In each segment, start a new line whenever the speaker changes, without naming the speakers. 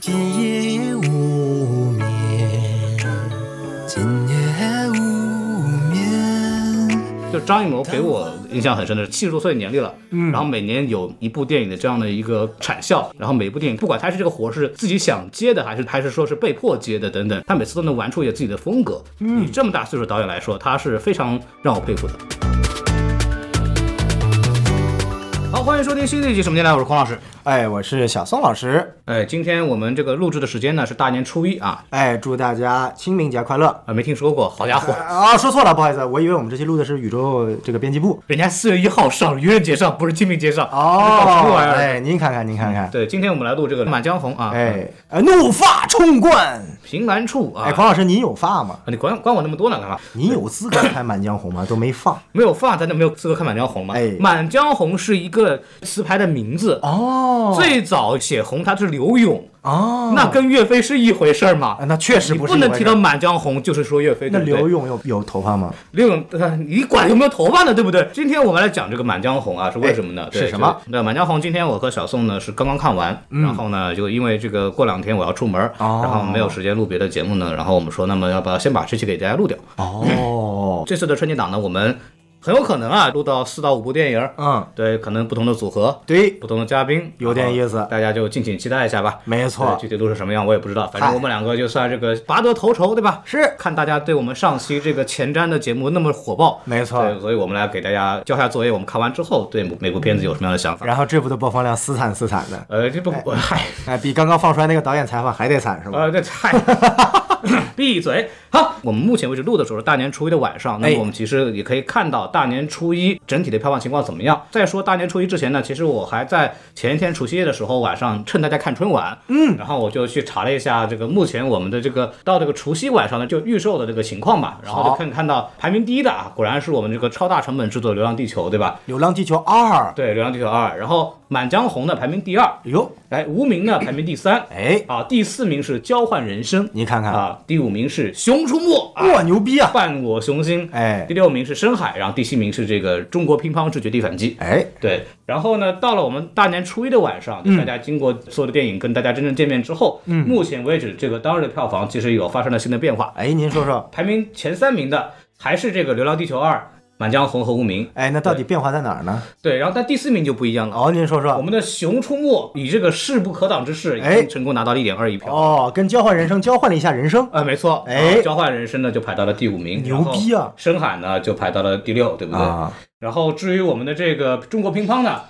今夜无眠，今夜无眠。
就张艺谋给我印象很深的是七十多岁年龄了，嗯，然后每年有一部电影的这样的一个产效，然后每部电影不管他是这个活是自己想接的，还是还是说是被迫接的等等，他每次都能玩出一些自己的风格。嗯，以这么大岁数导演来说，他是非常让我佩服的。好，欢迎收听新的一集《什么年代》，我是孔老师。
哎，我是小宋老师。
哎，今天我们这个录制的时间呢是大年初一啊，
哎，祝大家清明节快乐。
啊没听说过，好家伙，
啊，说错了，不好意思，我以为我们这期录的是宇宙这个编辑部。
人家四月一号上，愚人节上，不是清明节上。搞嗯什么
哦，
玩意儿
哎，您看看，您看看，
对，今天我们来录这个《满江红》啊，
哎，呃，怒发冲冠。
凭栏处啊，
哎，孔老师，您有发吗？
啊，你管管我那么多呢干嘛？
您有资格看《满江红》吗？都没放。
没有发，咱就没有资格看《满江红》嘛。
哎
满江红》是一个词牌的名字，
哦
最早写红它是刘永，
哦，
那跟岳飞是一回事儿吗？
啊那确实
你
不是
不能
一回
提
事
到《满江红》就是说岳飞，
那
对不对
刘勇有有头发吗？
刘勇，呃你管有没有头发呢，对不对？今天我们来讲这个《满江红》啊，是为什么呢？
哎
对
是什么？嗯
对那《满江红》今天我和小宋呢是刚刚看完，然后呢就因为这个过两天我要出门，
哦
然后没有时间录别的节目呢，然后我们说那么要不要先把这期给大家录掉？
哦，
这次的春节档呢，我们很有可能啊录到四到五部电影，
嗯，
对，可能不同的组合，
对，
不同的嘉宾，
有点意思
然后大家就敬请期待一下吧。
没
对
错
具，体录成什么样我也不知道，反正
嗨
我们两个就算这个拔得头筹，对吧？
是
看大家对我们上期这个前瞻的节目那么火爆，
没错
对，所以我们来给大家交下作业，我们看完之后对每部片子有什么样的想法？
然后这部的播放量死惨死惨的，
呃，这不，我嗨，
哎，比刚刚放出来那个导演采访还得惨是吧？
呃，这太闭嘴！好，我们目前为止录的时候是大年初一的晚上，那
哎
么我们其实也可以看到大年初一整体的票房情况怎么样。再说大年初一之前呢，其实我还在前一天除夕夜的时候晚上趁大家看春晚，嗯，然后我就去查了一下这个目前我们的这个到这个除夕晚上呢就预售的这个情况吧，然后就
好
看看到排名第一的啊，果然是我们这个超大成本制作的《流浪地球》，对吧？
《流浪地球二》
对，《流浪地球二》，然后《满江红》呢排名第二，
哟，
哎，《无名》呢排名第三。
哎，
啊，第四名是《交换人生》，
你看看，
啊，第五名是《熊出没》啊，
哇，牛逼啊！
伴我雄心。
哎
第六名是《深海》，然后第七名是这个《中国乒乓之绝地反击》。
哎，
对，然后呢，到了我们大年初一的晚上，就大家经过所有的电影跟大家真正见面之后，嗯，目前为止这个当日的票房其实有发生了新的变化，
哎，您说说，
排名前三名的还是这个《流浪地球二》《满江红》和《无名》。
哎，那到底变化在哪儿呢？
对，然后但第四名就不一样了。啊
哦，您说
我
说，
们的《熊出没》以这个势不可挡之势，已
哎
经成功拿到了一点二亿票。
哦，跟交换人生交换了一下人生，
呃，没错，
哎
啊交换人生呢就排到了第五名，
牛逼啊！
深海呢就排到了第六，对不对？
啊，
然后至于我们的这个中国乒乓呢，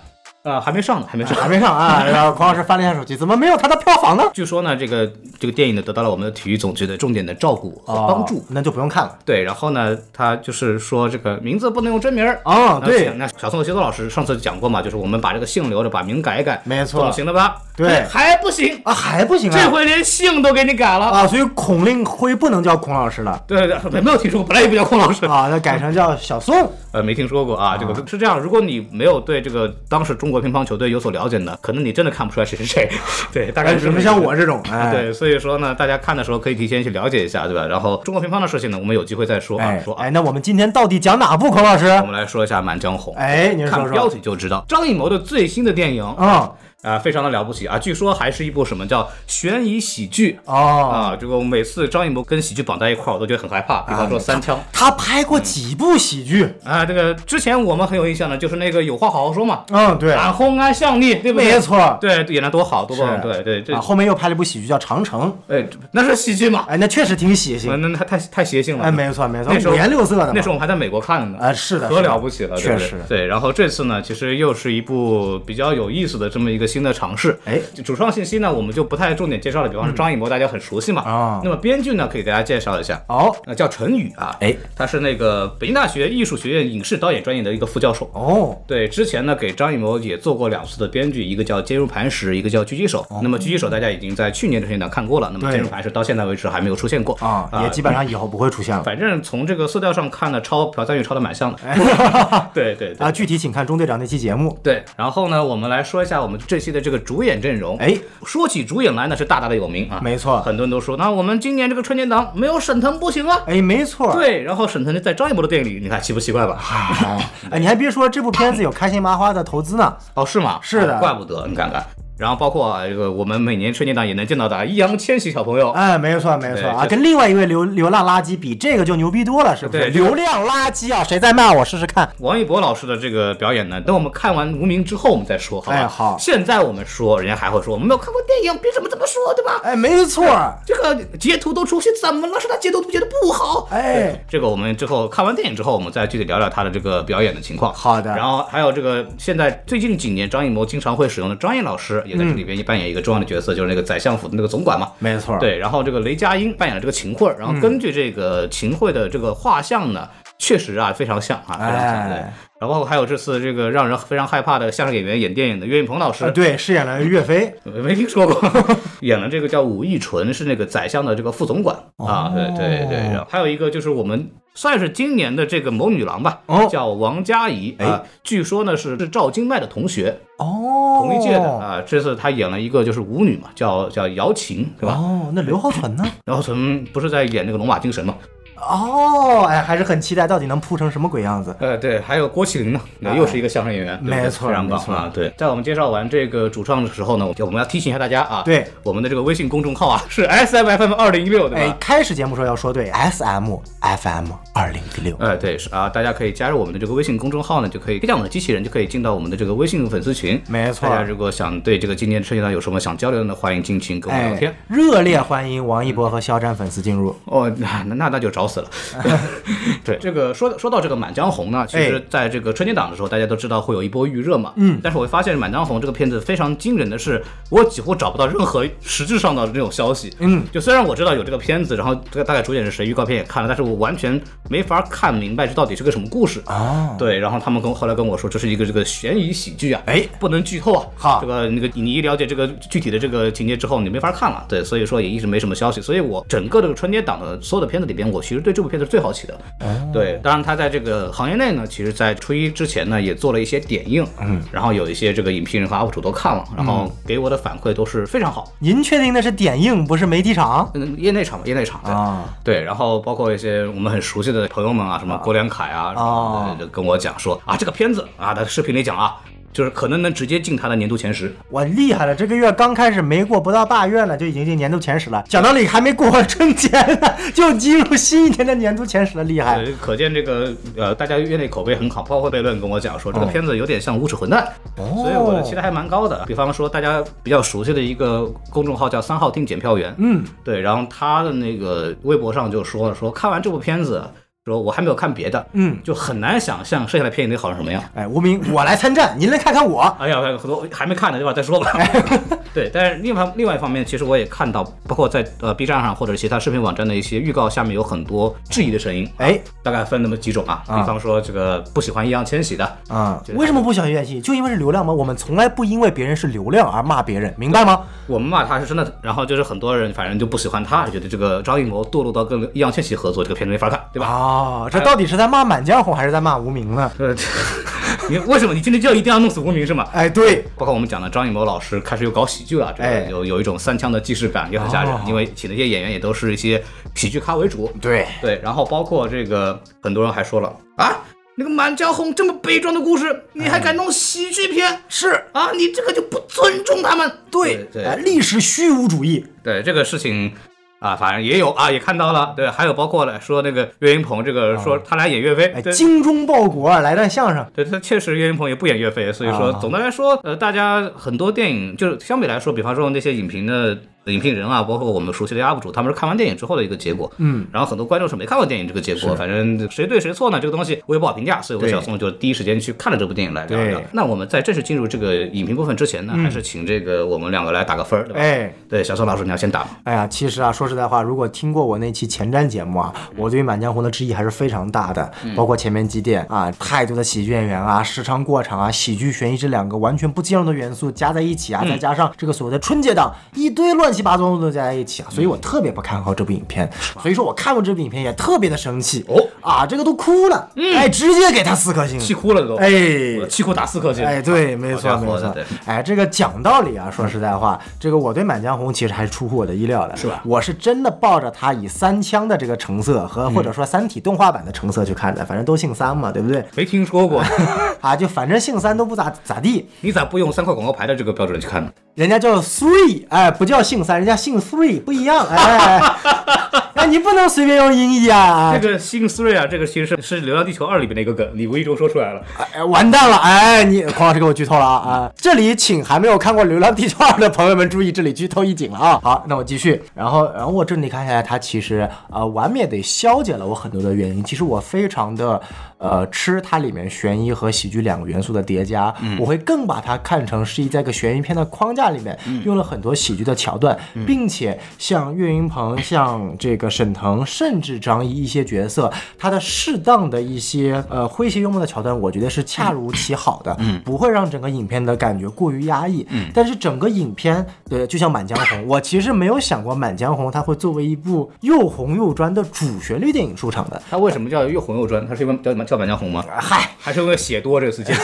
啊，还没上呢，还没上。
还没上啊。 然后孔老师翻了一下手机，怎么没有他的票房呢？
据说呢，这个这个电影呢得到了我们的体育总局的重点的照顾和帮助。
哦，那就不用看了。
对，然后呢，他就是说这个名字不能用真名儿。
哦，
啊那
对，
那小宋和修多老师上次讲过嘛，就是我们把这个姓留着，把名改一改，
没错
总行了吧？
对
哎还不行，
啊，还不行
这
啊。
回连姓都给你改了。
啊，所以孔令辉不能叫孔老师 了
对对对，没有听说过，本来也不叫孔老师。
啊，那改成叫小宋。
呃，没听说过啊，这个是这样。如果你没有对这个当时中国乒乓球队有所了解呢，可能你真的看不出来谁 是谁。对，大概
哎，
是
什
这么
么
一个
像我这种，哎，
对，所以说呢，大家看的时候可以提前去了解一下，对吧？然后中国乒乓的事情呢，我们有机会再说啊。
哎
说，啊，
哎，那我们今天到底讲哪部？孔老师，
我们来说一下《满江红》。
哎，您
看
说
标
说，
题就知道，张艺谋的最新的电影啊、
嗯，
非常的了不起啊！据说还是一部什么叫悬疑喜剧
哦，
啊？这个每次张艺谋跟喜剧绑在一块儿，我都觉得很害怕。比方
啊
说《三枪》
他拍过几部喜剧？
啊，这个之前我们很有印象的，就是那个《有话好好说》嘛，
嗯，对，
俺红安向你，啊对不对？
没错
对，演的多好，多棒！
是
对对对
啊，，后面又拍了一部喜剧叫《长城
哎，这那是喜剧》，嘛？
哎，那确实挺血
那
腥。
那那太太邪性了。
哎，没错没错
那时，候
五颜六色的嘛。
那时候我们还在美国看的呢。
啊，是的，
可
是的
了不起了，对
确
不对
实。
对，然后这次呢，其实又是一部比较有意思的这么一个新的尝试。
哎，嗯
主创信息呢，我们就不太重点介绍了，比方说张艺谋，大家很熟悉嘛。
啊
那么编剧呢，可以给大家介绍一下，
哦
呃，叫陈宇啊，
哎，
他是那个北京大学艺术学院影视导演专业的一个副教授。
哦，
对，之前呢给张艺谋也做过两次的编剧，一个叫《坚如磐石》，一个叫《狙击手》。那么《狙击手》大家已经在去年的时间档看过了，那么
哦
《
对
坚如磐石》到现在为止还没有出现过嗯
啊，也基本上以后不会出现了。
反正从这个色调上看呢，抄朴赞玉抄的蛮像的。
哎
对对对
啊，具体请看钟队长那期节目。
对。然后呢，我们来说一下我们这期的这个主演阵容。
哎，
说起主演来呢，是大大的有名啊。
没错
很多人都说，那我们今年这个春节档没有沈腾不行啊。
哎，没错。
对，然后沈腾在张艺谋的电影里，你看奇不奇怪吧？
啊哎，哎，你还别说，这部片子有开心麻花的投资呢。
哦，是吗？
是的
怪不得你看看。然后包括啊，这个我们每年春节档也能见到的易烊千玺小朋友，
哎，没错没错
哦对
啊，
这
跟另外一位流流浪垃圾比，这个就牛逼多了，是不是？
对这个
流量垃圾啊，谁在骂我试试看？
王一博老师的这个表演呢，等我们看完《无名》之后，我们再说，好吧？
哎好
现在我们说，人家还会说我们没有看过电影，凭什么这么说，对吧？
哎，没错，
这个截图都出现，怎么了？是他截图截的不好？
哎，
这个我们之后看完电影之后，我们再具体聊聊他的这个表演的情况。
好的
然后还有这个现在最近几年张艺谋经常会使用的张译老师，也在
嗯
这里边扮演一个重要的角色，就是那个宰相府的那个总管嘛。
没错，，
对，然后这个雷佳音扮演了这个秦桧儿，然后
嗯
根据这个秦桧的这个画像呢，确实啊非常像啊，非常像。对
哎，
然后包括还有这次这个让人非常害怕的相声演员演电影的岳云鹏老师，
啊对，饰演了岳飞。
没没听说过， 演了这个叫武义纯，是那个宰相的这个副总管、
哦
啊，对对对，然后还有一个就是我们算是今年的这个某女郎吧，
哦哎
叫王佳怡啊，据说呢是是赵今麦的同学，
哦，
同一届的啊，这次她演了一个就是舞女嘛，叫叫姚琴，对吧？
哦，那刘浩存呢？
然后从不是在演那个龙马精神嘛，
哦，哎，还是很期待，到底能铺成什么鬼样子？
呃，对，还有郭麒麟呢，那又是一个相声演员，对不对
啊没错
非常棒
没错
啊！对，在我们介绍完这个主创的时候呢，我们我们要提醒一下大家啊，
对
我们的这个微信公众号啊是 S M F M 二零一六，对
哎
吧，？
开始节目时候要说对，S M F M 二零一六，
哎，对，是啊，大家可以加入我们的这个微信公众号呢，就可以推荐我们的机器人，就可以进到我们的这个微信粉丝群。
没错
大家如果想对这个今天春节档有什么想交流的呢，欢迎尽情跟我们
哎
聊天。，
热烈欢迎王一博和肖战粉丝进入。
哦，那那那就找 死了。对，这个说说到这个《满江红》呢，其实
哎
在这个春节档的时候，大家都知道会有一波预热嘛。嗯，但是我会发现《满江红》这个片子非常惊人的是，我几乎找不到任何实质上的那种消息。
嗯，
就虽然我知道有这个片子，然后这个大概主演是谁，预告片也看了，但是我完全没法看明白这到底是个什么故事
哦。
对，然后他们跟后来跟我说，这是一个这个悬疑喜剧啊，
哎
不能剧透啊。
好
这个那个你一了解这个具体的这个情节之后，你没法看了。对，所以说也一直没什么消息。所以我整个这个春节档的所有的片子里边，我其实对这部片子是最好奇的。
哦
对，当然他在这个行业内呢，其实在初一之前呢，也做了一些点映，嗯，然后有一些这个影评人和 UP 主都看了，然
嗯
后给我的反馈都是非常好。
您确定那是点映，不是媒体场
嗯，业内场吧，业内场对
啊？
对，然后包括一些我们很熟悉的朋友们啊，什么郭良凯啊，什么的就跟我讲说啊，这个片子啊，他视频里讲啊，就是可能能直接进他的年度前十。
我厉害了，这个月刚开始没过不到半月呢，就已经进年度前十了。讲道理还没过完春节呢，就进入新一年的年度前十了，厉害！
呃，可见这个呃，大家业内口碑很好，包括悖论跟我讲说这个片子有点像《无耻混蛋》所以我
哦
的期待还蛮高的。比方说大家比较熟悉的一个公众号叫三号厅检票员，嗯，对，然后他的那个微博上就说了，说看完这部片子，说我还没有看别的，
嗯，
就很难想象剩下的片子得好成什么样。
哎，无名，我来参战，您来看看我。
哎呀，很多还没看呢，一会儿 再说吧。对，但是另外另外一方面，其实我也看到，包括在呃 B 站上或者是其他视频网站的一些预告下面有很多质疑的声音，
哎，
大概分那么几种啊，比
啊
方说这个不喜欢易烊千玺的，
啊、为什么不喜欢乐器？就因为是流量吗？我们从来不因为别人是流量而骂别人，明白吗？
我们骂他是真的，然后就是很多人反正就不喜欢他，觉得这个张艺谋堕落到跟易烊千玺合作，这个片子没法看，对吧？
哦，
哎
这到底是在骂《满江红》还是在骂无名呢？
呃， 你为什么你今天就要一定要弄死无名是吗？
哎，对，
包括我们讲的张艺谋老师开始又搞喜剧了，这
哎
个有有一种三枪的既视感，也很吓人
哦，
因为请的一些演员也都是一些喜剧咖为主，
对，
对，然后包括这个，很多人还说了啊，那个《满江红》这么悲壮的故事，你还敢弄喜剧片？
是，
啊，你这个就不尊重他们。
对，
对
哎，历史虚无主义，
对这个事情啊，反正也有啊，也看到了。对，还有包括了说那个岳云鹏，这个说他来演岳飞，
哎，
对
精忠报国，来段相声。
对，他确实岳云鹏也不演岳飞，所以说
啊
总的来说，呃，大家很多电影就是相比来说，比方说那些影评的影评人啊，包括我们熟悉的 UP 主，他们是看完电影之后的一个结果。
嗯，
然后很多观众是没看过电影这个结果，反正谁对谁错呢，这个东西我也不好评价，所以我和
对
小宋就第一时间去看了这部电影来聊一聊
对。嗯
那我们在正式进入这个影评部分之前呢，还是请这个我们两个来打个分儿，对吧？
哎，
对，小宋老师你要先打吗。
哎呀，其实啊，说实在话，如果听过我那期前瞻节目啊，
嗯
我对《满江红》的质疑还是非常大的，包括前面几点啊，太多的喜剧演员啊，时长过长啊，喜剧悬疑这两个完全不兼容的元素加在一起啊，
嗯
再加上这个所谓的春节档，一堆乱七八糟的东西加在一起啊，
嗯
所以我特别不看好这部影片，所以说我看过这部影片也特别的生气
哦嗯
啊，这个都哭了，哎，直接给他四颗星，
气哭了都，
哎
我气哭打四颗星，
哎，对，没
好
错
家，
没
伙的
错
对。
哎，这个讲道理啊，说实在话，这个我对《满江红》其实还是出乎我的意料的，
是吧
我是真的抱着它以三枪的这个成色
嗯
和或者说《三体》动画版的成色去看的，反正都姓三嘛，对不对？
没听说过，
啊，就反正姓三都不咋咋地。
你咋不用三块广告牌的这个标准去看呢？
人家叫 three，哎，不叫姓三，人家姓 three 不一样，哎， 哎，你不能随便用音译啊，
这个星 three 啊，这个其实是是《流浪地球二》里面的一个梗，你无意中说出来了。
哎，完蛋了！哎，你黄老师给我剧透了啊！啊，这里请还没有看过《流浪地球二》的朋友们注意，这里剧透一警了啊！好，那我继续。然后，然后我这里看下来，它其实呃完美的消解了我很多的原因。其实我非常的呃吃它里面悬疑和喜剧两个元素的叠加，我会更把它看成是在一个悬疑片的框架里面，用了很多喜剧的桥段，并且像岳云 鹏、像这个沈腾，甚至张译一些角色，他的适当的一些呃诙谐幽默的桥段，我觉得是恰如其好的，嗯，不会让整个影片的感觉过于压抑。嗯，但是整个影片的就像《满江红》，我其实没有想过《满江红》它会作为一部又红又专的主旋律电影出场的。
它为什么叫又红又专？它是因为叫叫满江红吗？
嗨，
还是因为写多这个事情？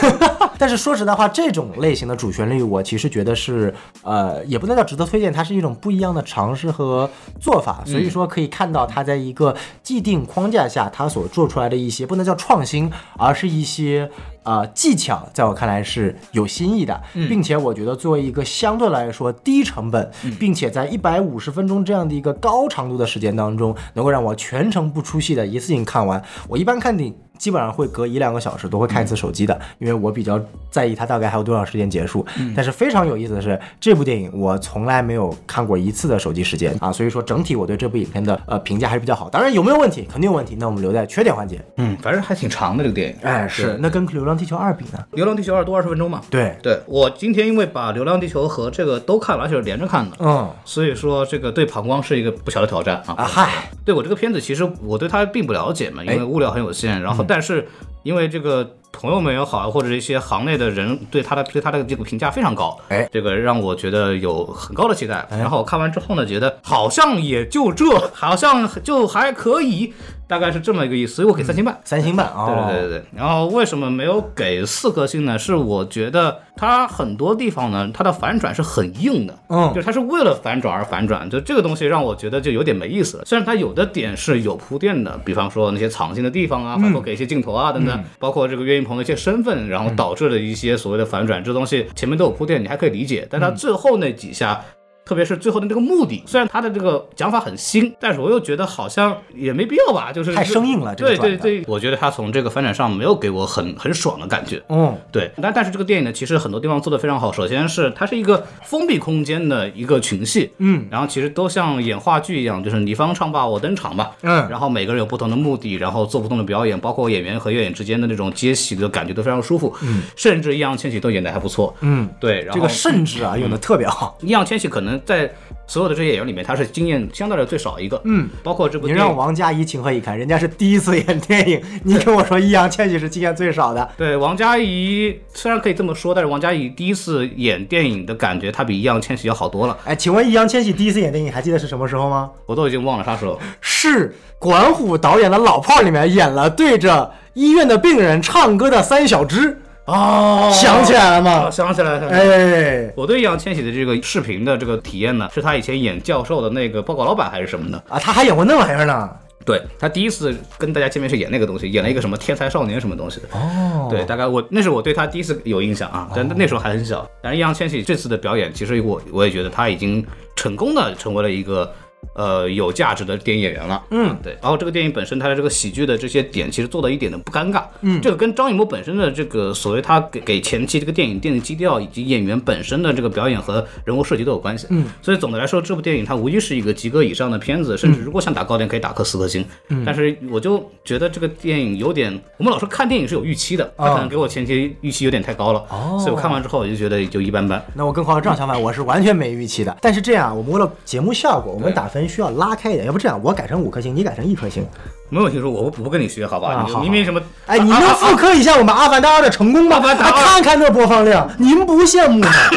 但是说实在话，这种类型的主旋律，我其实觉得是，呃，也不能叫值得推荐，它是一种不一样的尝试和做法。所以说，可以看到它在一个既定框架下，它所做出来的一些不能叫创新，而是一些呃技巧，在我看来是有新意的，并且我觉得作为一个相对来说低成本，并且在一百五十分钟这样的一个高长度的时间当中，能够让我全程不出戏的一次性看完。我一般看电影。基本上会隔一两个小时都会看一次手机的，因为我比较在意它大概还有多长时间结束。但是非常有意思的是，这部电影我从来没有看过一次的手机时间啊，所以说整体我对这部影片的呃评价还是比较好。当然有没有问题，肯定有问题，那我们留在缺点环节。
嗯，反正还挺长的这个电影。
哎，
对
是，那跟《流浪地球二》比呢？
《流浪地球二》多二十分钟嘛。
对，
对我今天因为把《流浪地球》和这个都看了，而且是连着看的，
嗯
所以说这个对膀胱是一个不小的挑战啊。
啊嗨，
对我这个片子，其实我对它并不了解嘛，因为物料很有限。然后，但是因为这个朋友们也好，或者一些行内的人对它的对它的这个评价非常高，
哎
这个让我觉得有很高的期待。然后我看完之后呢，觉得好像也就这，好像就还可以，大概是这么一个意思。所以我给三星半。
三星半啊，
对对对对对。然后为什么没有给四颗星呢？是我觉得它很多地方呢，它的反转是很硬的，
嗯
就是它是为了反转而反转，就这个东西让我觉得就有点没意思了。虽然它有的点是有铺垫的，比方说那些藏镜的地方啊，包括给一些镜头啊等等，包括这个岳云鹏的一些身份，然后导致了一些所谓的反转，这东西前面都有铺垫，你还可以理解，但它最后那几下。特别是最后的那个目的，虽然他的这个讲法很新，但是我又觉得好像也没必要吧，就是
太生硬了这个
对
转
对
的
对，我觉得他从这个反转上没有给我很很爽的感觉。
嗯，
对，但但是这个电影呢，其实很多地方做得非常好。首先是它是一个封闭空间的一个群戏，嗯，然后其实都像演话剧一样，就是你方唱罢我登场吧，
嗯
然后每个人有不同的目的，然后做不同的表演，包括演员和演员之间的那种接戏的感觉都非常舒服，嗯，甚至易烊千玺都演得还不错，
嗯，
对，然后
这个甚至啊用的特别好。
易烊千玺可能在所有的这些演员里面，他是经验相对来说最少一个，嗯，包括这部
你
电
让
影。
王佳怡情何以堪？人家是第一次演电影，你跟我说易烊千玺是经验最少的，
对王佳怡，虽然可以这么说，但是王佳怡第一次演电影的感觉，她比易烊千玺要好多了。
哎，请问易烊千玺第一次演电影还记得是什么时候吗？
我都已经忘了啥时候。
是管虎导演的《老炮儿》里面演了对着医院的病人唱歌的三小只，
哦
想起来了吗？
想起来了。哎
哎，
我对易烊千玺的这个视频的这个体验呢，是他以前演教授的那个报告老板还是什么的？
啊，他还演过那玩意儿呢。
对他第一次跟大家见面是演那个东西，演了一个什么天才少年什么东西的。
哦，
对，大概我那是我对他第一次有印象啊，但那时候还很小。但是易烊千玺这次的表演，其实我我也觉得他已经成功的成为了一个呃有价值的电影演员了。嗯，对。然后这个电影本身它的这个喜剧的这些点，其实做的一点都不尴尬。嗯，这个跟张艺谋本身的这个所谓他给给前期这个电影奠定基调，以及演员本身的这个表演和人物设计都有关系。嗯，所以总的来说，这部电影它无疑是一个及格以上的片子，甚至如果想打高点，可以打颗四颗星。嗯，但是我就觉得这个电影有点，我们老说看电影是有预期的，他可能给我前期预期有点太高了，哦、所以我看完之后我就觉得就一般般。
那我跟黄老正好相反，我是完全没预期的。但是这样，我们为了节目效果，我们
对
打分需要拉开一点。要不这样，我改成五颗星，你改成一颗
啊
星。
没有听说，我不不跟你学，好吧？
啊
你
好
明明什么？啊
哎，你们复刻一下我们《阿凡达二》的成功吧，
阿凡达二
哎看看那播放量，您不羡慕吗？
啊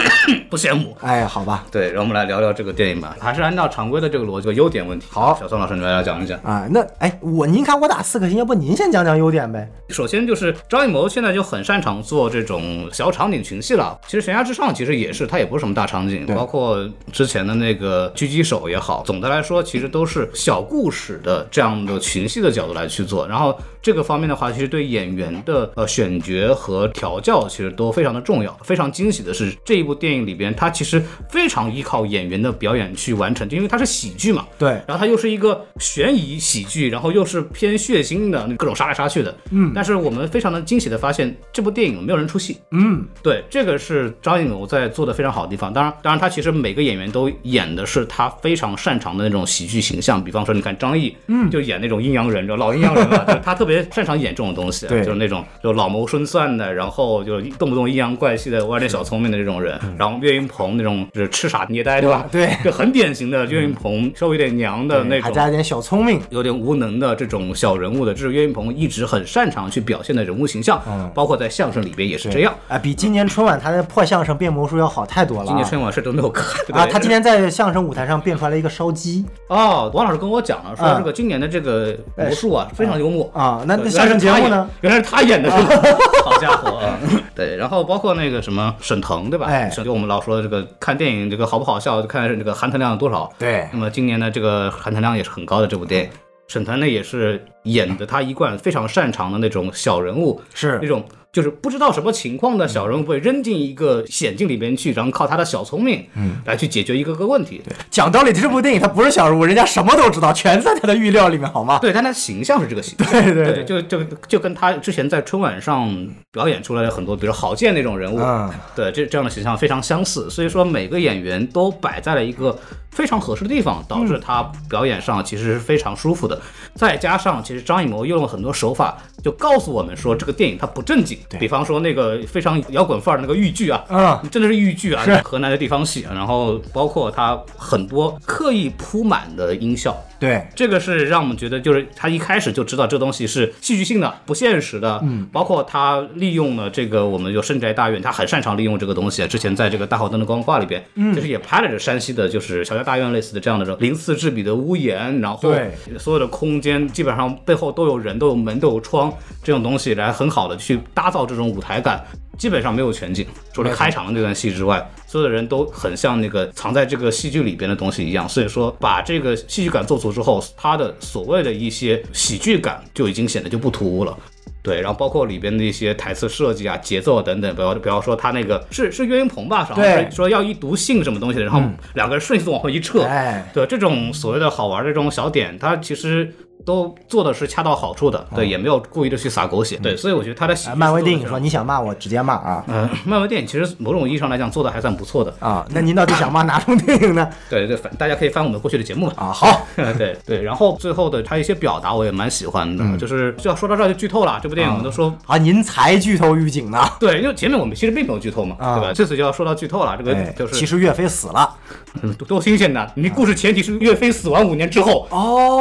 不羡慕。
哎，好吧，
对，然后我们来聊聊这个电影吧，还是按照常规的这个逻辑和优点问题。
好
小宋老师，你来来讲一讲。
啊，那哎，我您看我打四颗星，要不您先讲讲优点呗？
首先就是张艺谋现在就很擅长做这种小场景群戏了。其实《悬崖之上》其实也是，它也不是什么大场景，包括之前的那个狙击手也好，总的来说其实都是小故事的这样的群戏的的角度来去做。然后这个方面的话，其实对演员的呃选角和调教其实都非常的重要。非常惊喜的是，这一部电影里边，它其实非常依靠演员的表演去完成，因为它是喜剧嘛。
对，
然后它又是一个悬疑喜剧，然后又是偏血腥的，各种杀来杀去的。嗯，但是我们非常的惊喜的发现，这部电影没有人出戏。
嗯，
对，这个是张艺谋在做的非常好的地方。当然，当然他其实每个演员都演的是他非常擅长的那种喜剧形象。比方说，你看张译，嗯，就演那种阴阳人，就老阴阳人 了，就是他特别擅长演这种东西，啊
对
就是那种就老谋深算的，然后就动不动阴阳怪气的、玩点小聪明的这种人。
嗯
然后岳云鹏那种就是痴傻捏呆，对吧？
对嗯
就很典型的岳云鹏，稍微有点娘的那
还
种。
加一点小聪明，
有点无能的这种小人物的，这是岳云鹏一直很擅长去表现的人物形象，
嗯
包括在相声里边也是这样。
啊，比今年春晚他的破相声变魔术要好太多了
今年
啊。
春晚是都没有看对
啊，他今天在相声舞台上变出来了一个烧鸡
哦，王老师跟我讲了，说
嗯
这个今年的这个魔术啊非常幽默。
啊，那那
对
相声节目呢？？
原来是他演原来 是他演的，是吧好家伙啊！ 对，然后包括那个什么沈腾，对吧？
哎
沈就我们老说的这个看电影这个好不好笑，就看这个含糖量有多少。
对
那么今年的这个含糖量也是很高的这部电影，沈腾呢也是演的他一贯非常擅长的那种小人物，那
是，
种就是不知道什么情况的小人物被扔进一个险境里边去，然后靠他的小聪明，嗯，来去解决一个个问题。
讲道理，这部电影它不是小人物，人家什么都知道，全在他的预料里面，好吗？
对，但他形象是这个形象。
对对
对，，就就就跟他之前在春晚上表演出来的很多，比如郝建那种人物，
嗯
对这这样的形象非常相似，所以说每个演员都摆在了一个非常合适的地方，导
嗯
致他表演上其实是非常舒服的。再加上其实张艺谋用了很多手法，就告诉我们说这个电影它不正经，
对
比方说那个非常摇滚范儿那个豫剧啊，
嗯，
真的是豫剧啊，
是
河南的地方戏，啊然后包括他很多刻意铺满的音效，
对，
这个是让我们觉得，就是他一开始就知道这东西是戏剧性的、不现实的。嗯，包括他利用了这个，我们就深宅大院，他很擅长利用这个东西。之前在这个《大好灯的光化》里边，嗯，就是也拍了这山西的，就是小家大院类似的这样的这种鳞次栉比的屋檐，然后
对
所有的空间基本上背后都有人、都有门、都有窗这种东西，来很好的去搭造这种舞台感。基本上没有全景，除了开场的那段戏之外，所有的人都很像那个藏在这个戏剧里边的东西一样。所以说，把这个戏剧感做足之后，它的所谓的一些喜剧感就已经显得就不突兀了。对，然后包括里边的一些台词设计啊、节奏啊等等，不要不要说他那个是是岳云鹏吧，然后
对
说要一读信什么东西的，然后两个人顺序地往后一撤，
哎，
对这种所谓的好玩的这种小点，它其实都做的是恰到好处的，对，也没有故意的去撒狗血，对，所以我觉得他的喜剧
嗯啊漫威
是做
电
得
影
非
说
常
你想骂我直接骂啊
嗯，漫威电影其实某种意义上来讲做的还算不错的。
啊，那您到底想骂哪种电影呢？
对对，反大家可以翻我们过去的节目嘛。
啊，好，
对对，然后最后的他一些表达我也蛮喜欢的，就是就要说到这儿就剧透了。这部电影我们都说
嗯啊，您才剧透预警呢，
对，因为前面我们其实并没有剧透嘛，
啊
对吧？这次就要说到剧透了，这个
哎
就，是
其实岳飞死了
嗯多多新鲜的。你故事前提是岳飞死亡五年之后，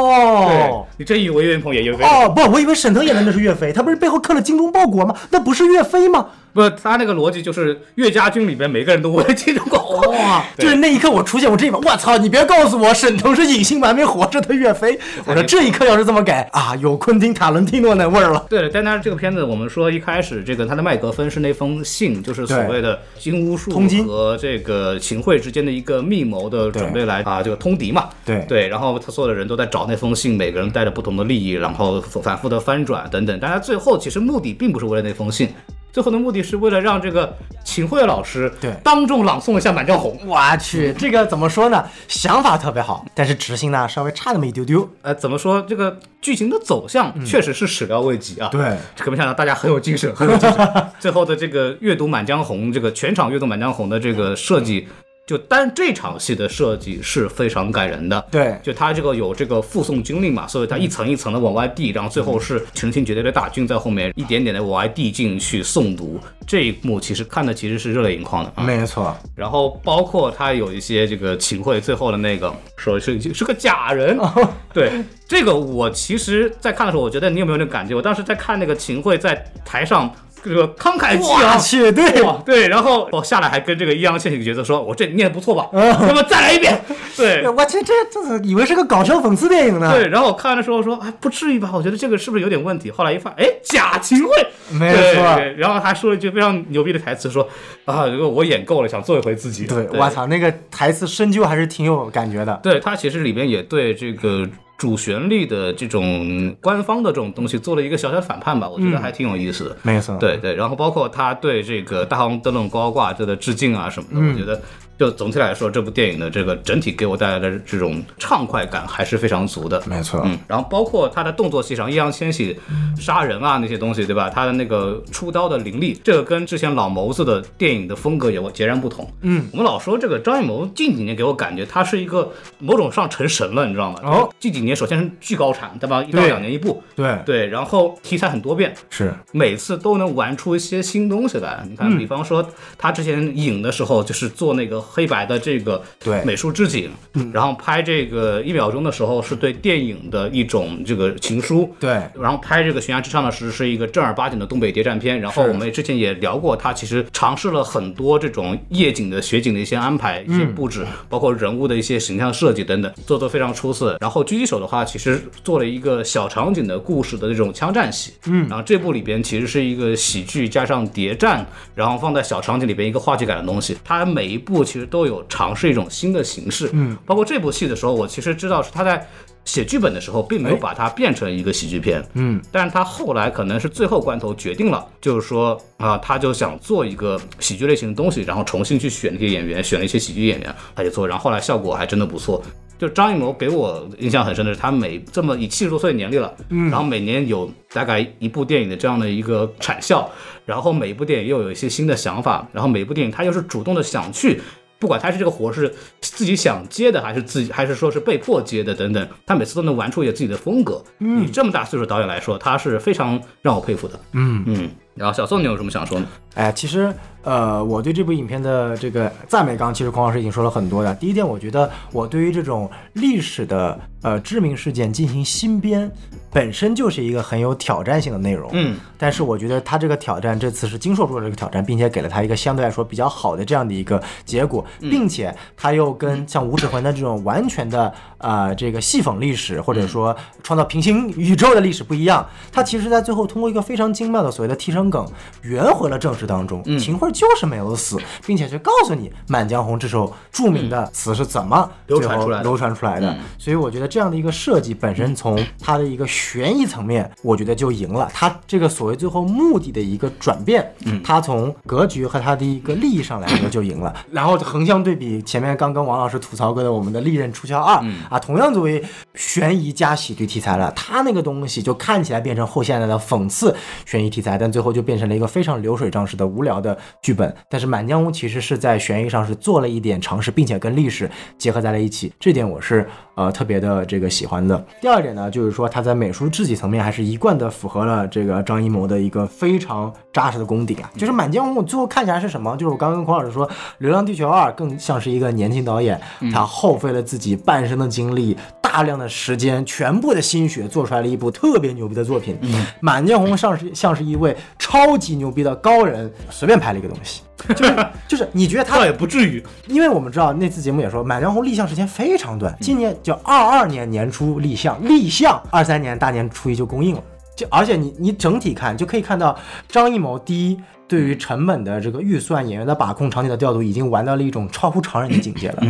对
哦。
你真以为岳云鹏演岳飞？
哦，不，我以为沈腾演的那是岳飞，他不是背后刻了“精忠报国”吗？那不是岳飞吗？
不，他那个逻辑就是岳家军里边每个人都会进入过。
哇！就是那一刻我出现，我这一把，我操！你别告诉我沈腾是隐姓埋名活着的岳飞。我说这一刻要是这么改啊，有昆汀塔伦蒂诺那味儿了。
对了，但当然这个片子我们说一开始这个它的麦格芬是那封信，就是所谓的金乌术
通缉
和这个秦桧之间的一个密谋的准备来啊，这个通敌嘛。
对
对，然后他所有的人都在找那封信，每个人带着不同的利益，然后反复的翻转等等。大家最后其实目的并不是为了那封信。最后的目的是为了让这个秦桧老师
对
当众朗诵一下《满江红》。
我去，这个怎么说呢？想法特别好，但是执行呢稍微差那么一丢丢。
呃，怎么说这个剧情的走向确实是始料未及啊。
对，
可没想到大家嗯很有精神，很有精神。最后的这个阅读《满江红》，这个全场阅读《满江红》的这个设计，就单这场戏的设计是非常感人的。
对
就他这个有这个附送军令嘛，所以他一层一层的往外递，然后最后是成群结队的大军在后面一点点的往外递进去诵读。这一幕其实看的其实是热泪盈眶的啊。
没错，
然后包括他有一些这个秦桧最后的那个说是是个假人，
哦
对这个我其实，在看的时候，我觉得你有没有那个感觉？我当时在看那个秦桧在台上这个慷慨激
我
昂。
去，对，
哇对，然后我下来还跟这个易烊千玺角色说：“我这念的不错 吧？那么再来一遍。”对，
我去，这这是以为是个搞笑讽刺电影呢。
对，然后我看完的时候说，哎，不至于吧？我觉得这个是不是有点问题？后来一发，哎，假秦桧，
没
对
错
对然后还说了一句非常牛逼的台词，说啊，如果我演够了，想做一回自己。
对，我操，那个台词深究还是挺有感觉的。
对他其实里边也对这个主旋律的这种官方的这种东西做了一个小小的反叛吧，我觉得还挺有意思的。
没错，，
对对，然后包括他对这个大红灯笼高挂这的致敬啊什么的，我觉得就总体来说，这部电影的这个整体给我带来的这种畅快感还是非常足的。
没错，
嗯，然后包括他的动作戏上，易烊千玺杀人啊那些东西，对吧？他的那个出刀的凌厉，这个跟之前老谋子的电影的风格也截然不同。嗯，我们老说这个张艺谋近几年给我感觉他是一个某种上成神了，你知道吗？
哦，
近几年首先是剧高产，对吧？一到
对
两年一部，
对，
对，然后题材很多变，
是，
每次都能玩出一些新东西来。你看，比方说他之前影的时候，就是做那个黑白的这个
对
美术置景，然后拍这个一秒钟的时候是对电影的一种这个情书。
对，
然后拍这个《悬崖之上》的时候是一个正儿八经的东北谍战片，然后
是
我们之前也聊过，他其实尝试了很多这种夜景的雪景的一些安排、一些布置，包括人物的一些形象设计等等，做得非常出色。然后狙击手的话，其实做了一个小场景的故事的这种枪战戏，嗯，然后这部里边其实是一个喜剧加上谍战，然后放在小场景里边一个话剧感的东西。它每一部其实都有尝试一种新的形式，嗯，包括这部戏的时候，我其实知道是他在。写剧本的时候，并没有把它变成一个喜剧片，哎嗯，但是他后来可能是最后关头决定了，就是说啊，他就想做一个喜剧类型的东西，然后重新去选那些演员，选了一些喜剧演员，他就做，然后后来效果还真的不错。就张艺谋给我印象很深的是，他每这么以七十多岁年龄了，嗯，然后每年有大概一部电影的这样的一个产效，然后每一部电影又有一些新的想法，然后每一部电影他又是主动的想去不管他是这个活是自己想接的，还是自己，还是说是被迫接的等等，他每次都能玩出一些自己的风格。嗯，以这么大岁数导演来说，他是非常让我佩服的。嗯嗯。然后小宋，你有什么想说的？
哎，其实，呃，我对这部影片的这个赞美，刚刚其实孔老师已经说了很多了。第一点，我觉得我对于这种历史的呃知名事件进行新编，本身就是一个很有挑战性的内容。
嗯，
但是我觉得他这个挑战这次是经受住了这个挑战，并且给了他一个相对来说比较好的这样的一个结果，
嗯
并且他又跟像无指环的这种完全的呃这个戏讽历史或者说
嗯
创造平行宇宙的历史不一样，他其实在最后通过一个非常精妙的所谓的替身梗圆回了正史当中，
嗯
秦桧就是没有死，并且去告诉你《满江红》这首著名的词是怎么
嗯流
最
传
后
出来的
流传出来的。所以我觉得这样的一个设计本身，从它的一个悬疑层面，我觉得就赢了。它这个所谓最后目的的一个转变，它从格局和它的一个利益上来说就赢了。然后横向对比前面刚跟王老师吐槽过的我们的《利刃出鞘二》啊，同样作为悬疑加喜剧题材了，它那个东西就看起来变成后现代的讽刺悬疑题材，但最后就变成了一个非常流水账式的无聊的剧本。但是《满江红》其实是在悬疑上是做了一点尝试，并且跟历史结合在了一起，这点我是呃特别的这个喜欢的。第二点呢，就是说它在美术质地层面还是一贯的符合了这个张艺谋的一个非常扎实的功底啊。就是《满江红》，我最后看起来是什么？就是我刚刚跟孔老师说，《流浪地球二》更像是一个年轻导演，他耗费了自己半生的精力。大量的时间，全部的心血，做出来了一部特别牛逼的作品。满江红》像是像是一位超级牛逼的高人随便拍了一个东西，就是就是你觉得他
倒也不至于。
因为我们知道那次节目也说，满江红立项时间非常短，今年就二二年年初立项，立项二三年大年初一就公映了。就而且你你整体看就可以看到张艺谋第一对于成本的这个预算、演员的把控、场景的调度已经玩到了一种超乎常人的境界了。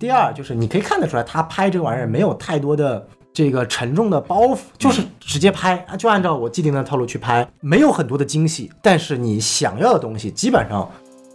第二就是你可以看得出来，他拍这个玩意儿没有太多的。这个沉重的包袱就是直接拍，啊就按照我既定的套路去拍，没有很多的惊喜，但是你想要的东西基本上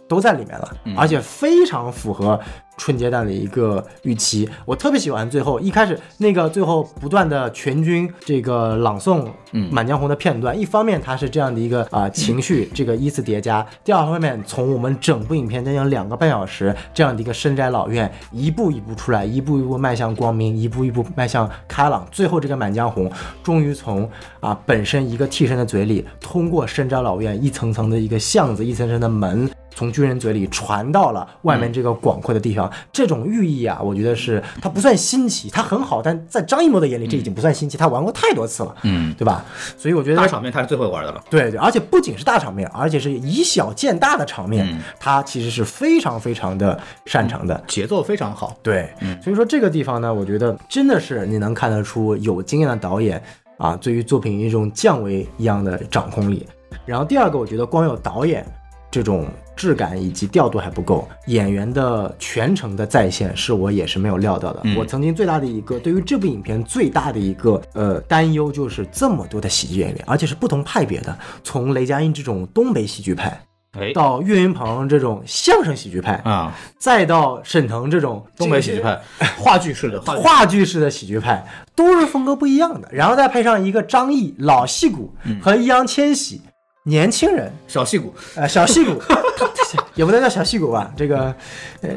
都在里面了，而且非常符合春节档的一个预期。我特别喜欢最后一开始那个最后不断的全军这个朗诵《满江红》的片段，一方面它是这样的一个啊、呃情绪这个依次叠加，第二方面从我们整部影片将近两个半小时这样的一个深宅老院一步一步出来，一步一步迈向光明，一步一步迈向开朗，最后这个《满江红》终于从啊本身一个替身的嘴里，通过深宅老院一层层的一个巷子，一层层的门。从军人嘴里传到了外
嗯
面这个广阔的地方，这种寓意啊，我觉得是它不算新奇，它很好，但在张艺谋的眼里，这已经不算新奇，他玩过太多次了，
嗯，
对吧？所以我觉得
大场面他是最会玩的了。
对对，而且不仅是大场面，而且是以小见大的场面，
嗯
他其实是非常非常的擅长的。
节奏非常好，
对，
嗯
所以说这个地方呢，我觉得真的是你能看得出有经验的导演啊，对于作品一种降维一样的掌控力。然后第二个，我觉得光有导演这种质感以及调度还不够，演员的全程的在线是我也是没有料到的。
嗯
我曾经最大的一个对于这部影片最大的一个呃担忧就是这么多的喜剧演员，而且是不同派别的，从雷佳音这种东北喜剧派。
哎
到岳云鹏这种相声喜剧派，
啊，
再到沈腾这种
东北喜剧派，话剧式的话剧
话剧式的喜剧派都是风格不一样的，然后再配上一个张译老戏骨和易烊千玺年轻人，
小戏骨，
呃，小戏骨， 也不能叫小戏骨吧，这个，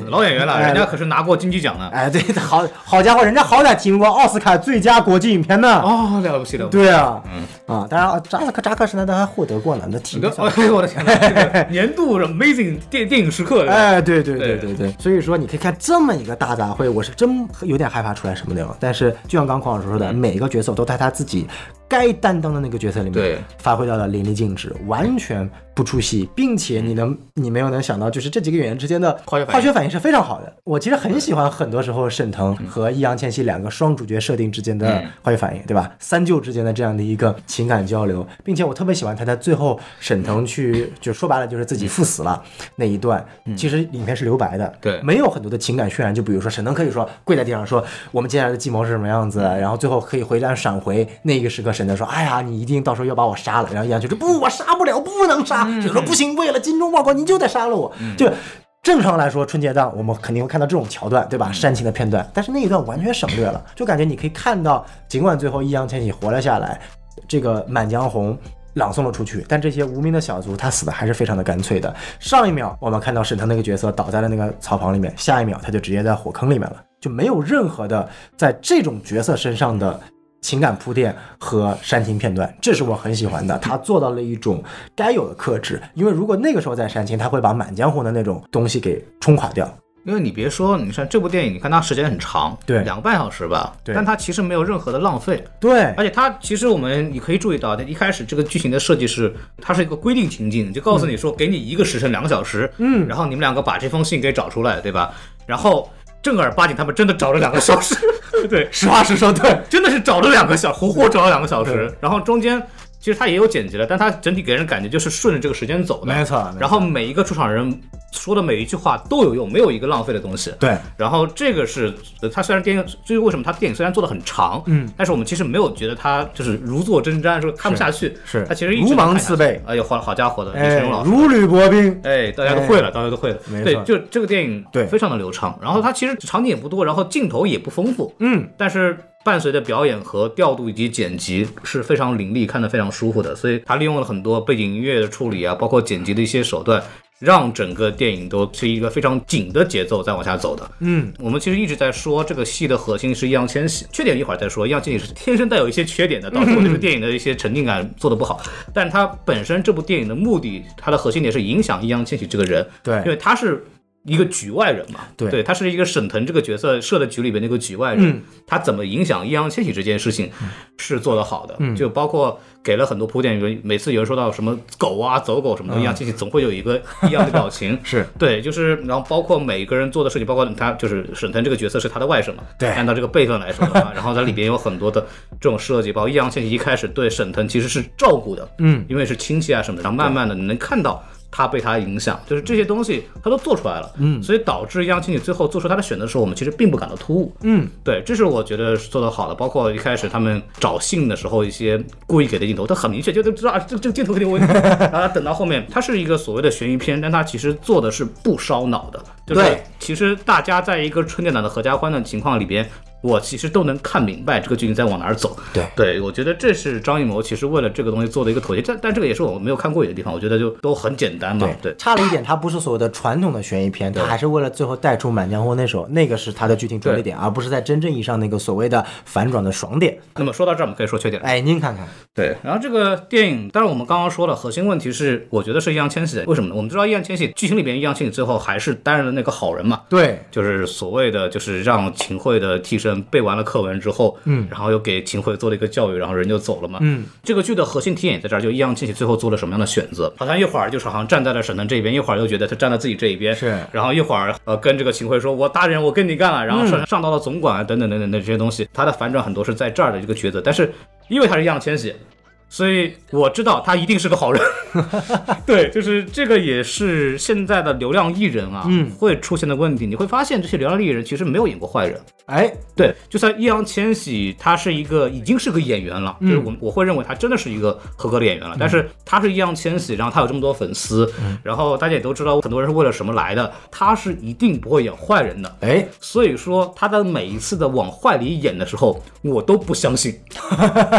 老演员了，
哎
人家可是拿过金鸡奖的。
哎，对，好好家伙，人家好歹提名过奥斯卡最佳国际影片呢。
哦，了不起了不起。
对啊，啊，当然啊，扎克扎克什纳德还获得过呢，那提
你的
名。
哎呦我的天哪！这个年度 amazing 电电影时刻，
哎，对对对
对
对对，所以说你可以看这么一个大杂烩，我是真有点害怕出来什么内容。但是就像刚匡老师说
嗯
的，每个角色都在他自己该担当的那个角色里
对
面发挥到了淋漓尽致，完全不出戏，并且你能你没有能想到，就是这几个演员之间的
化学嗯反应
化学反应是非常好的。我其实很喜欢，很多时候沈腾和易烊千玺两个双主角设定之间的化学反应，对吧？三舅之间的这样的一个情感交流，并且我特别喜欢他在最后沈腾去就说白了就是自己赴死了那一段，其实影片是留白的，
对
没有很多的情感渲染。就比如说沈腾可以说跪在地上说我们接下来的计谋是什么样子，啊然后最后可以回来闪回那个时刻，沈腾说哎呀你一定到时候要把我杀了，然后易烊千玺说不我杀不了，不能杀，沈腾、说不行，为了精忠报国你就得杀了我，就。正常来说，春节档我们肯定会看到这种桥段，对吧？煽情的片段，但是那一段完全省略了，就感觉你可以看到，尽管最后易烊千玺活了下来，这个《满江红》朗诵了出去，但这些无名的小卒他死的还是非常的干脆的。上一秒我们看到沈腾那个角色倒在了那个草房里面，下一秒他就直接在火坑里面了，就没有任何的在这种角色身上的。情感铺垫和煽情片段，这是我很喜欢的。他做到了一种该有的克制，因为如果那个时候再煽情，他会把《满江红》的那种东西给冲垮掉。
因为你别说，你看这部电影，你看它时间很长，
对
两个半小时吧，
对
但它其实没有任何的浪费，
对
而且它其实我们你可以注意到，它一开始这个剧情的设计是，它是一个规定情境，就告诉你说，给你一个时辰两个小时，嗯，然后你们两个把这封信给找出来，对吧？然后正儿八经他们真的找了两个小时， 对，
实话实说，对，
真的是找了两个小，活活找了两个小时，然后中间。其实它也有剪辑了，但它整体给人感觉就是顺着这个时间走的，
没错没错
然后每一个出场人说的每一句话都有用，没有一个浪费的东西。
对，
然后这个是呃它虽然电影，至于为什么它电影虽然做的很长，嗯，但是我们其实没有觉得它就是如坐针毡，说看不下去，
是是
它其实一直
如芒
能看下
刺
去
背
哎呦，好好家伙的，李
哎
成儒老，师，
如履薄冰。
哎，大家都会了，大家都会了。
没
对
错，
就这个电影
对
非常的流畅，然后它其实场景也不多，然后镜头也不丰富，嗯，但是伴随着表演和调度以及剪辑是非常凌厉，看得非常舒服的，所以它利用了很多背景音乐的处理啊，包括剪辑的一些手段。让整个电影都是一个非常紧的节奏在往下走的。嗯，我们其实一直在说这个戏的核心是易烊千玺，缺点一会儿再说。易烊千玺是天生带有一些缺点的，导致我这个电影的一些沉浸感做得不好。但它本身这部电影的目的，它的核心点是影响易烊千玺这个人，
对
因为他是一个局外人嘛，
对
他是一个沈腾这个角色设的局里边那个局外人，他怎么影响易烊千玺这件事情是做得好的，就包括给了很多铺垫，比如每次有人说到什么狗啊、走狗什么的，易烊千玺总会有一个异样的表情，
是
对，就是然后包括每个人做的事情，包括他就是沈腾这个角色是他的外甥嘛，
对
按照这个辈分来说的话，然后它里边有很多的这种设计，包括易烊千玺一开始对沈腾其实是照顾的，嗯，因为是亲戚啊什么的，然后慢慢的你能看到。他被他影响，就是这些东西他都做出来了，嗯，所以导致易烊千玺最后做出他的选择的时候，我们其实并不感到突兀，嗯，对，这是我觉得是做得好的。包括一开始他们找信的时候，一些故意给的镜头，他很明确就都知道啊，这这个镜头肯 定有问题。然后等到后面，它是一个所谓的悬疑片，但它其实做的是不烧脑的，就是
对
其实大家在一个春节档的合家欢的情况里边，我其实都能看明白这个剧情在往哪儿走。
对
对，我觉得这是张艺谋其实为了这个东西做的一个妥协，但但这个也是我没有看过瘾的地方，我觉得就都很简单嘛。对，
差了一点，它不是所谓的传统的悬疑片，它还是为了最后带出《满江红》那首，那个是它的剧情着力点，而不是在真正意义上那个所谓的反转的爽点。
那么说到这儿，我们可以说缺点了。
哎，您看看，
对，然后这个电影，当然我们刚刚说了，核心问题是，我觉得是易烊千玺，为什么呢？我们知道易烊千玺剧情里边，易烊千玺最后还是担任了那个好人嘛，
对，
就是所谓的就是让秦桧的替身背完了课文之后，嗯，然后又给秦桧做了一个教育，然后人就走了嘛，嗯，这个剧的核心体验也在这儿，就易烊千玺最后做了什么样的选择，好像一会儿就是好像站在了沈腾这边，一会儿又觉得他站在自己这一边，
是
然后一会儿呃跟这个秦桧说，我大人我跟你干了，然后上、上到了总管啊等等等等的这些东西，他的反转很多是在这儿的一个抉择，但是因为他是易烊千玺。所以我知道他一定是个好人。对，就是这个也是现在的流量艺人啊，嗯，会出现的问题。你会发现这些流量艺人其实没有演过坏人。
哎，
对，就算易烊千玺，他是一个已经是个演员了，就是我我会认为他真的是一个合格的演员了。但是他是易烊千玺，然后他有这么多粉丝，然后大家也都知道很多人是为了什么来的，他是一定不会演坏人的。
哎，
所以说他的每一次的往坏里演的时候，我都不相 信。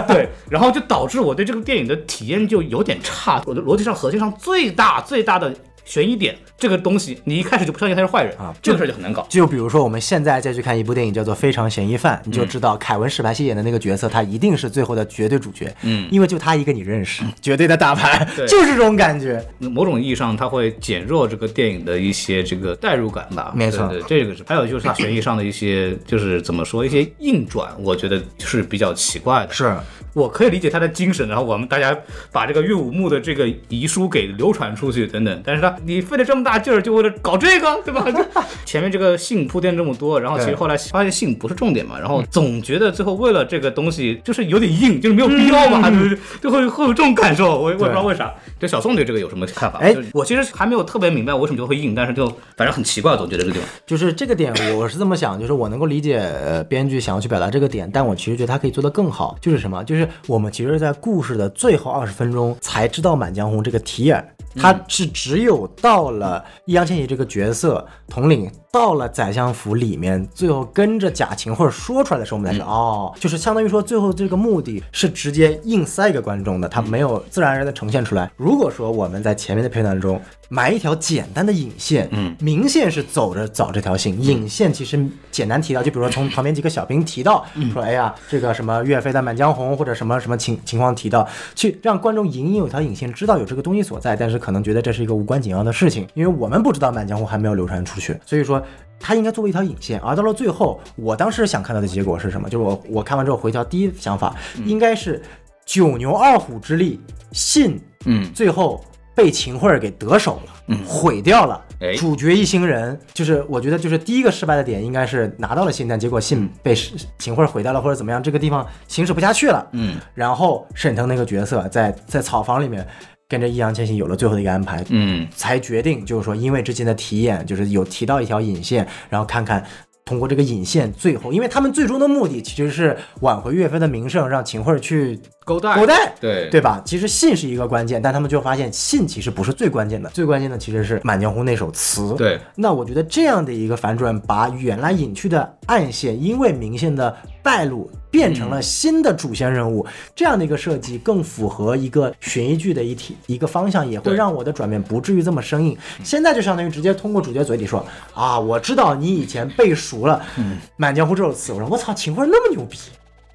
对，然后就导致我对这个电影的体验就有点差。我的逻辑上、核心上最大最大的悬疑点，这个东西你一开始就不相信他是坏人
啊
这个事儿就很难搞。
就比如说我们现在再去看一部电影叫做《非常嫌疑犯》，你就知道凯文史派西演的那个角色，他一定是最后的绝对主角，嗯，因为就他一个你认识，绝对的大牌，
对
就是这种感觉。
某种意义上，它会减弱这个电影的一些这个代入感吧。
没错
对对这个是。还有就是它悬疑上的一些，就是怎么说，一些硬转，我觉得是比较奇怪的。
是，
我可以理解他的精神，然后我们大家把这个岳武穆的这个遗书给流传出去等等，但是他你费了这么大劲儿，就为了搞这个， 对吧？就前面这个性铺垫这么多，然后其实
对
后来发现性不是重点嘛，然后总觉得最后为了这个东西就是有点硬，就是没有必要嘛，就是就会会有这种感受，我我也不知道为啥。对小宋对这个有什么看法？
哎
就是我其实还没有特别明白为什么就会硬，但是就反正很奇怪，总觉得这个地方。
就是这个点，我是这么想，就是我能够理解呃编剧想要去表达这个点，但我其实觉得他可以做得更好。就是什么？就是我们其实，在故事的最后二十分钟才知道《满江红》这个题眼儿，他是只有到了易烊千玺这个角色统领到了宰相府里面，最后跟着贾晴或者说出来的时候，我们才知道、哦，就是相当于说最后这个目的是直接硬塞给观众的，他没有自然而然的呈现出来。如果说我们在前面的片段中埋一条简单的引线，嗯，明线是走着走这条线，引线其实简单提到，就比如说从旁边几个小兵提到，说哎呀，这个什么岳飞的《满江红》或者什么什么情情况提到，去让观众隐隐有条引线，知道有这个东西所在，但是可能觉得这是一个无关紧要的事情，因为我们不知道《满江红》还没有流传出去，所以说。它应该作为一条引线，而到了最后，我当时想看到的结果是什么？就是我我看完之后回调第一想法，应该是九牛二虎之力，信
嗯，
最后被秦桧儿给得手了，毁掉了。
哎
主角一行人，就是我觉得就是第一个失败的点，应该是拿到了信，但结果
嗯
信被是秦桧儿毁掉了，或者怎么样，这个地方行驶不下去了。
嗯，
然后沈腾那个角色在在草房里面跟着易烊千玺有了最后的一个安排，
嗯，
才决定就是说，因为之前的题眼就是有提到一条引线，然后看看。通过这个引线，最后，因为他们最终的目的其实是挽回岳飞的名声，让秦桧儿去
勾带
古代，
对
对吧？其实信是一个关键，但他们就发现信其实不是最关键的，最关键的其实是《满江红》那首词。
对，
那我觉得这样的一个反转，把原来隐去的暗线，因为明线的败露，变成了
嗯
新的主线任务，这样的一个设计更符合一个悬疑剧的一体一个方向，也会
对嗯
让我的转变不至于这么生硬。现在就相当于直接通过主角嘴里说啊，我知道你以前背熟了《
嗯
满江红》这首词，我说我操，秦桧那么牛逼。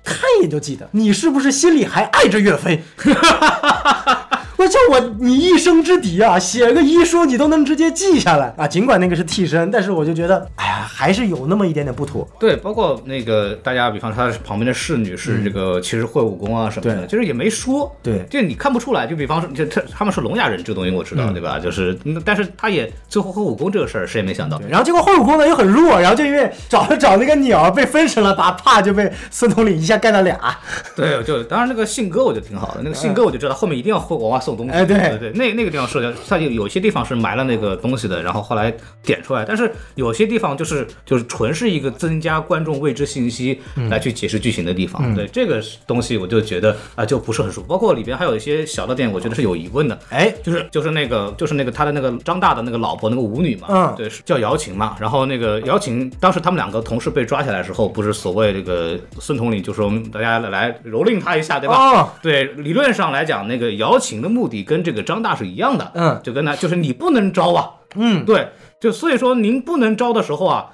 看一眼就记得，你是不是心里还爱着岳飞？我叫我你一生之敌啊，写个遗书你都能直接记下来啊。尽管那个是替身，但是我就觉得，哎呀，还是有那么一点点不妥。
对，包括那个大家，比方说他旁边的侍女是这个，其实会武功啊什么的，
嗯对
就是也没说，
对
就你看不出来。就比方说，就他他们是聋哑人这个东西我知道，对吧？就是，嗯但是他也最后会武功这个事儿，谁也没想到。
然后结果后武功呢又很弱，然后就因为找了找那个鸟被分成了把，啪就被孙统领一下干了俩。
对，就当然那个信鸽我觉得挺好的，那个信鸽我就知道后面一定要会往外送东西。
哎对
对对，那那个地方是的，它有有些地方是埋了那个东西的，然后后来点出来，但是有些地方就是就是纯是一个增加观众未知信息
嗯
来去解释剧情的地方。对这个东西我就觉得啊、就不是很舒服，包括里边还有一些小的点，我觉得是有疑问的。
哎，
就是就是那个就是那个他的那个张大的那个老婆那个舞女嘛，
嗯
对，是叫姚琴嘛。然后那个姚琴，当时他们两个同事被抓起来的时候，不是所谓这个孙统领就说大家来蹂躏他一下，对吧？
哦
对，理论上来讲，那个姚琴的目的跟这个张大是一样的，
嗯
就跟他就是你不能招啊，
嗯，
对，就所以说您不能招的时候啊，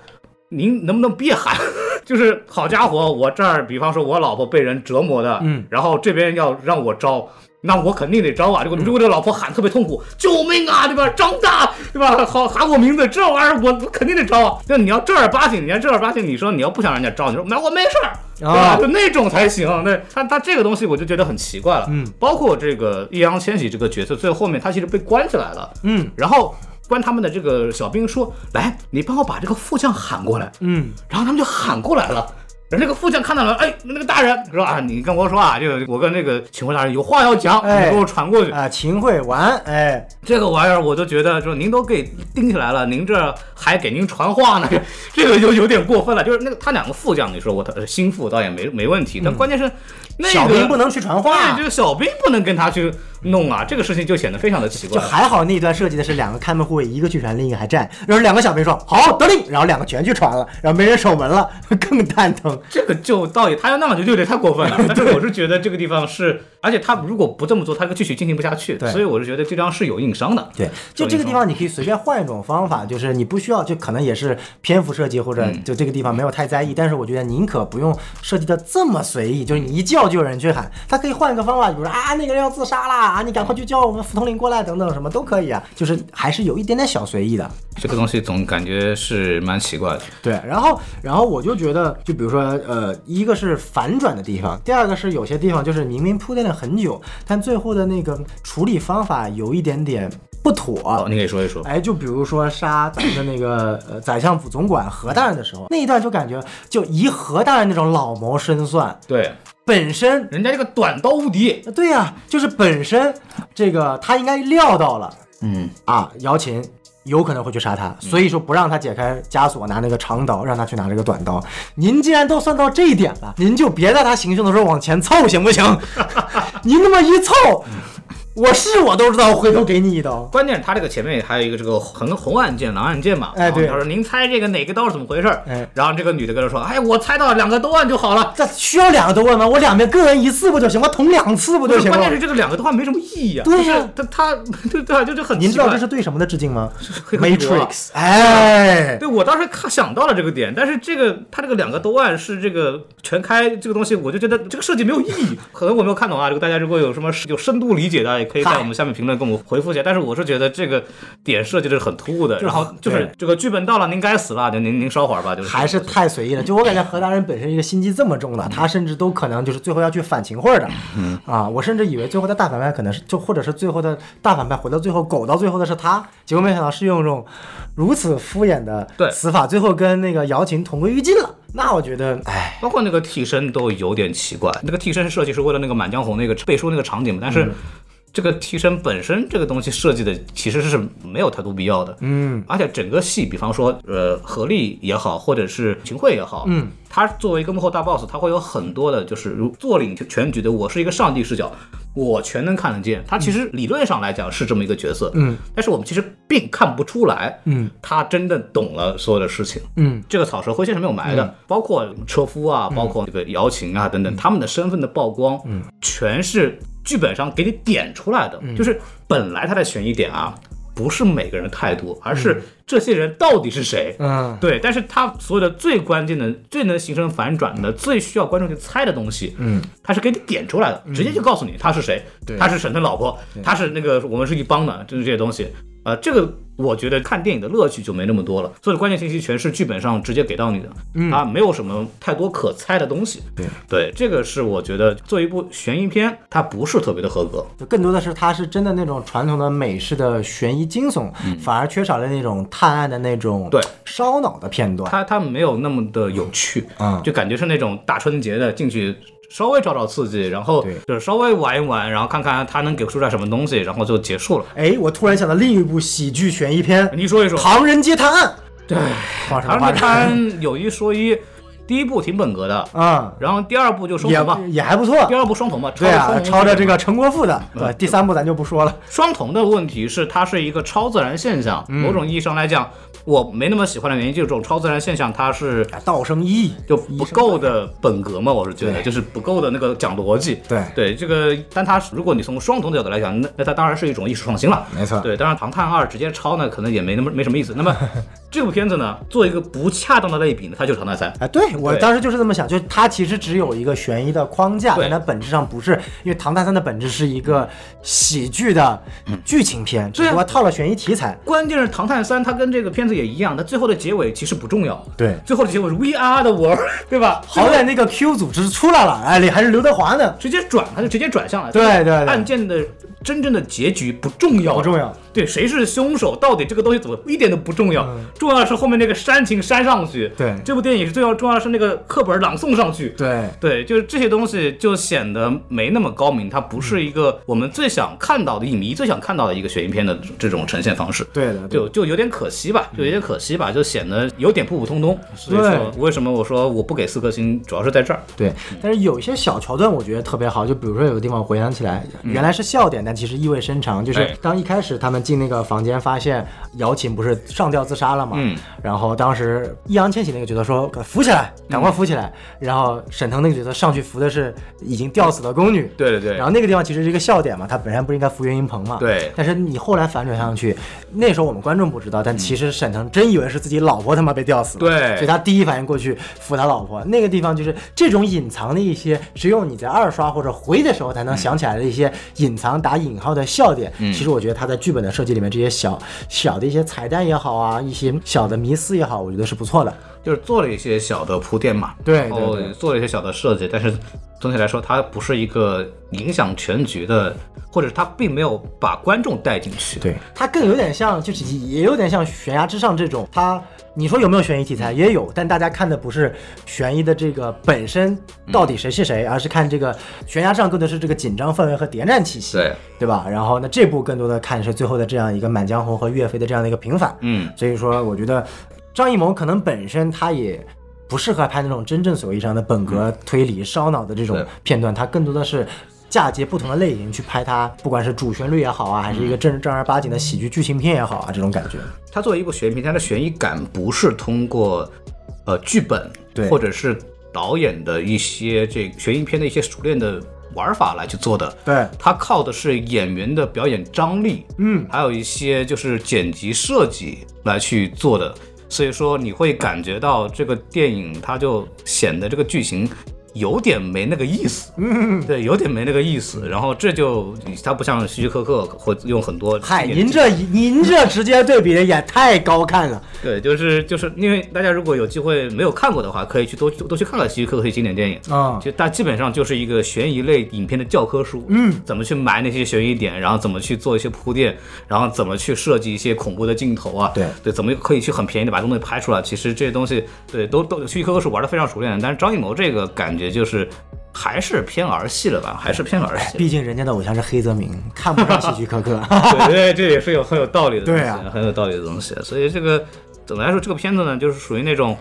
您能不能别喊？ 就是好家伙，我这儿比方说我老婆被人折磨的，嗯，然后这边要让我招。那我肯定得招啊！
嗯
这个如果这老婆喊特别痛苦，救命啊，对吧？张大，对吧？好喊我名字，这玩意儿我我肯定得招啊！那你要正儿八经，你要正儿八经，你说你要不想让人家招，你说那我没事儿，对吧
啊？
就那种才行。那他他这个东西我就觉得很奇怪了。嗯，包括这个易烊千玺这个角色，最后面他其实被关起来了。
嗯，
然后关他们的这个小兵说：“来，你帮我把这个副将喊过来。”
嗯，
然后他们就喊过来了。然后那个副将看到了，哎，那个大人说啊，你跟我说啊，这个我跟那个秦桧大人有话要讲，
哎
你给我传过去。
啊，秦桧完，哎，
这个玩意儿，我就觉得说您都给盯起来了，您这还给您传话呢， 这个就有点过分了。就是那个他两个副将，你说我他心腹倒也没没问题，但关键是那个
嗯小兵不能去传话
对，这。个小兵不能跟他去弄啊，这个事情就显得非常的奇
就
怪。
还好那一段设计的是两个看门护卫，一个去传，另一个还站，然后两个小兵说好得令，然后两个全去传了，然后没人守门了， 更蛋疼。
这个就到底他要那么就有点太过分 了。但是我是觉得这个地方是，而且他如果不这么做，他继续进行不下去。
对
所以我是觉得这张是有硬伤的。
对，就这个地方你可以随便换一种方法，就是你不需要，就可能也是篇幅设计或者就这个地方没有太在意，但是我觉得宁可不用设计的这么随意，就是你一叫就有人去喊，他可以换一个方法，比如说啊那个人要自杀啦，啊你赶快去叫我们副统领过来等等什么都可以啊，就是还是有一点点小随意的。
这个东西总感觉是蛮奇怪的。
对，然后然后我就觉得，就比如说，呃，一个是反转的地方，第二个是有些地方就是明明铺垫了很久，但最后的那个处理方法有一点点不妥。
好，你可以说一说。
哎，就比如说杀咱们的那个呃宰相府总管何大人的时候，那一段就感觉就以何大人那种老谋深算，
对，
本身
人家这个短刀无敌。
对呀、就是本身这个他应该料到了
嗯，
啊，姚琴有可能会去杀他，所以说不让他解开枷锁，拿那个长刀，让他去拿这个短刀。您既然都算到这一点了，您就别在他行凶的时候往前凑，行不行？ 您那么一凑，我是我都知道，回头给你一刀。
关键是他这个前面还有一个这个横红案件、蓝案件嘛。
哎对
然后他说您猜这个哪个刀是怎么回事？
哎
然后这个女的跟他说，哎，我猜到了两个都按就好了。
这需要两个都问吗？我两边各人一次不就行？我捅两次不
不，
就是行
关
了
键？是这个两个都还没什么意义啊。
对呀
就是他他 对对啊，就就很
您
奇
知
怪。
道这是对什么的致敬吗
黑客帝国啊
？Matrix，哎，
对我当时看想到了这个点，但是这个他这个两个都按是这个全开这个东西，我就觉得这个设计没有意义。可能我没有看懂啊，这个大家如果有什么有深度理解的，啊也可以在
嗨
我们下面评论跟我们回复一下。但是我是觉得这个点设计的是很突兀的，然后就是
对
这个剧本到了，您该死了，您您您稍会儿吧，就是
还是太随意了。就我感觉何大人本身一个心机这么重的，他甚至都可能就是最后要去反秦桧的，啊，我甚至以为最后的大反派可能是就或者是最后的大反派回到最后狗到最后的是他，结果没想到是用这种如此敷衍的
对
死法，最后跟那个姚琴同归于尽了。那我觉得，哎，
包括那个替身都有点奇怪，那个替身设计是为了那个《满江红》那个背书那个场景嘛，但是。这个替身本身这个东西设计的其实是没有太多必要的，嗯，而且整个戏，比方说呃何力也好，或者是秦桧也好，嗯，他作为一个幕后大 boss，他会有很多的，就是如坐领全局的，我是一个上帝视角，我全能看得见。他其实理论上来讲是这么一个角色，嗯，但是我们其实并看不出来，嗯，他真的懂了所有的事情，
嗯，
这个草蛇灰线是没有埋的，包括车夫啊，包括这个姚琴啊等
嗯
等，他们的身份的曝光，全是剧本上给你点出来的，
嗯
就是本来他的悬疑点啊，不是每个人的态度，而是这些人到底是谁。
嗯，
对，但是他所有的最关键的、最能形成反转的、最需要观众去猜的东西，嗯，他是给你点出来的，直接就告诉你他是谁，他是神的老婆，他是那个我们是一帮的，就是这些东西。呃，这个我觉得看电影的乐趣就没那么多了，所以关键信息全是剧本上直接给到你的，啊，没有什么太多可猜的东西。对，这个是我觉得做一部悬疑片，它不是特别的合格。
就更多的是他是真的那种传统的美式的悬疑惊悚，反而缺少了那种探案的那种
嗯对
烧脑的片段。
它它没有那么的有趣，
嗯
就感觉是那种大春节的进去稍微找找刺激，然后
对
就是稍微玩一玩，然后看看它能给出来什么东西，然后就结束了。
哎，我突然想到另一部喜剧悬疑片
你说一
《
说，
唐人街探案》。对，话什
嗯唐
么
人
话
街探案有一说一，第一部挺本格的，
啊，
然后第二部就双瞳吧
也，也还不错。
第二部双瞳吧，
对啊，
超嗯
抄着这
个
个陈国富的。对，第三部咱就不说了。
双瞳的问题是它是一个超自然现象，
嗯
某种意义上来讲。我没那么喜欢的原因，就是这种超自然现象，它是
道生一，
就不够的本格嘛，我是觉得就是不够的那个讲逻辑。
对
对，这个，但它如果你从双瞳的角度来讲，那那它当然是一种艺术创新了。
没错
对，当然《唐探二》直接抄呢，可能也没那么没什么意思。那么这部片子呢，做一个不恰当的类比呢，它就是《唐探三》。
哎，对我
对
当时就是这么想，就是它其实只有一个悬疑的框架，
对
但它本质上不是，因为《唐探三》的本质是一个喜剧的剧情片，只
对啊
不过套了悬疑题材。
关键是《唐探三》，它跟这个片子也一样，它最后的结尾其实不重要。
对
最后的结尾是 We are the world，对 吧？
好歹那个 Q 组织出来了，哎，里还是刘德华呢，
直接转，它就直接转向了。
对对对
案件的真正的结局不重要，
不重要。
对谁是凶手，到底这个东西怎么一点都不重要，
嗯
重要的是后面那个煽情煽上去。
对
这部电影是最要重要的是那个课本朗诵上去。
对，
对，就是这些东西就显得没那么高明，它不是一个我们最想看到的影迷最想看到的一个悬疑片的这种呈现方式。
对的，对
就
的。
就有点可惜吧，就有点可惜吧，就显得有点普普通通。所以
对
说，为什么我说我不给四颗星，主要是在这儿。
对，
嗯
但是有一些小桥段我觉得特别好，就比如说有个地方回想起来，原来是笑点，但其实意味深长。就是
嗯哎
当一开始他们进那个房间，发现姚琴不是上吊自杀了嘛，
嗯
然后当时易烊千玺那个角色说扶起来，赶快扶起来，
嗯
然后沈腾那个角色上去扶的是已经吊死的宫女，
对对对
然后那个地方其实是一个笑点嘛，他本身不是应该扶岳云鹏嘛，
对
但是你后来反转上去，那时候我们观众不知道，但其实沈腾真以为是自己老婆他妈被吊死了，
对
所以他第一反应过去扶他老婆。那个地方就是这种隐藏的一些，只有你在二刷或者回的时候才能想起来的一些隐藏打引号的笑点。
嗯
其实我觉得他在剧本的设计里面，这些小小的一些彩蛋也好啊，一些小的迷思也好，我觉得是不错的。
就是做了一些小的铺垫嘛，
对
然后
对对
做了一些小的设计，但是总体来说，它不是一个影响全局的，或者它并没有把观众带进去。
对，它更有点像，就是也有点像《悬崖之上》这种，它你说有没有悬疑题材？也有，但大家看的不是悬疑的这个本身到底谁是谁，而是看这个悬崖上更多的是这个紧张氛围和谍战气息，
对
对吧？然后呢，这部更多的看是最后的这样一个《满江红》和岳飞的这样的一个平反，
嗯，
所以说我觉得张艺谋可能本身他也。不适合拍那种真正所谓上的本格推理、烧脑的这种
对
片段，它更多的是嫁接不同的类型去拍它，不管是主旋律也好啊，还是一个正正儿八经的喜剧剧情片也好啊，这种感觉。
它作为一部悬疑片，它的悬疑感不是通过呃剧本，
对
或者是导演的一些这个悬疑片的一些熟练的玩法来去做的。
对
它靠的是演员的表演张力，
嗯，
还有一些就是剪辑设计来去做的。所以说你会感觉到这个电影它就显得这个剧情有点没那个意思，嗯，对，有点没那个意思。然后这就它不像希区柯克会用很多
嗨，
演
您这您这直接对比的也太高看了。
对，就是就是因为大家如果有机会没有看过的话，可以去多多去看看希区柯克的经典电影
啊
就它基本上就是一个悬疑类影片的教科书，嗯，怎么去埋那些悬疑点，然后怎么去做一些铺垫，然后怎么去设计一些恐怖的镜头啊，
对
对，怎么可以去很便宜的把东西拍出来？其实这些东西对都都希区柯克是玩的非常熟练的，但是张艺谋这个感觉就是还是偏儿戏了吧，还是偏儿戏。
毕竟人家的偶像是黑泽明，看不上希区柯克。
对对，这也是有很有道理的东西，
对啊
很有道理的东西。所以这个总的来说，这个片子呢，就是属于那种，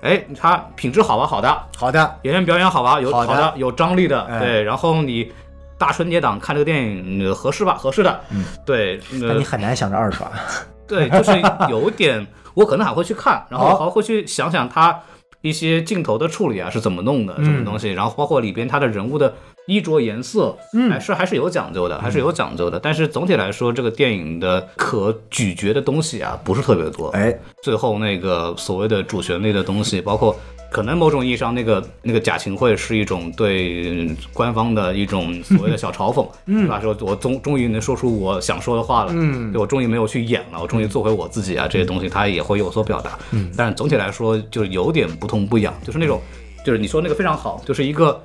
哎，它品质好吧，好的，
好的，
演员表演好吧，有
好的
的，有张力的，
哎
对。然后你大春节档看这个电影嗯合适吧？合适的，对，呃
但你很难想着二刷。
对，就是有点，我可能还会去看，然后
好
还会去想想他一些镜头的处理啊是怎么弄的，什么东西，然后包括里边他的人物的衣着颜色，嗯，还是还是有讲究的，还是有讲究的。但是总体来说，这个电影的可咀嚼的东西啊，不是特别多。
哎，
最后那个所谓的主旋律的东西，包括可能某种意义上那个那个假情会是一种对官方的一种所谓的小 嘲讽，嗯，是吧？说我终终于能说出我想说的话了，嗯，我终于没有去演了，我
嗯
终于做回我自己啊，这些东西它也会有所表达，嗯，但总体来说就是有点不痛不痒，就是那种就是你说那个非常好，就是一个。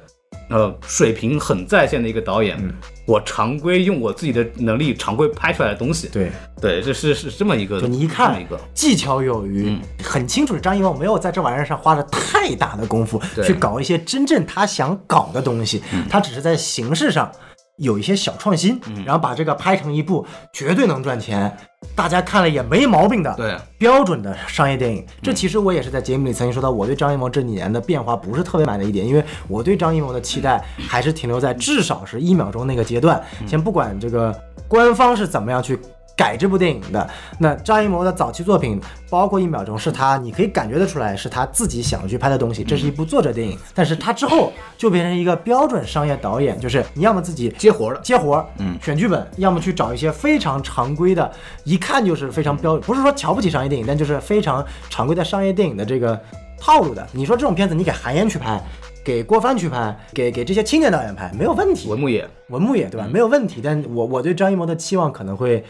呃，水平很在线的一个导演，
嗯
我常规用我自己的能力常规拍出来的东西，
对，
对，这是是这么一个，
就你一
这么
看
一个，嗯
技巧有余，很清楚张艺谋没有在这玩意儿上花了太大的功夫
对嗯
去搞一些真正他想搞的东西，他只是在形式上有一些小创新，然后把这个拍成一部绝对能赚钱，大家看了也没毛病的。
对。
标准的商业电影，这其实我也是在节目里曾经说到，我对张艺谋这几年的变化不是特别满的一点，因为我对张艺谋的期待还是停留在至少是一秒钟那个阶段。先不管这个官方是怎么样去改这部电影的，那张艺谋的早期作品，包括一秒钟，是他你可以感觉得出来是他自己想去拍的东西，这是一部作者电影。但是他之后就变成一个标准商业导演，就是你要么自己
接活儿的，
接活儿，嗯，选剧本，要么去找一些非常常规的，一看就是非常标，不是说瞧不起商业电影，但就是非常常规的商业电影的这个套路的。你说这种片子，你给韩延去拍，给郭帆去拍，给给这些青年导演拍，没有问题。
文牧野，
文牧野对吧？没有问题，但我我对张艺谋的期望可能会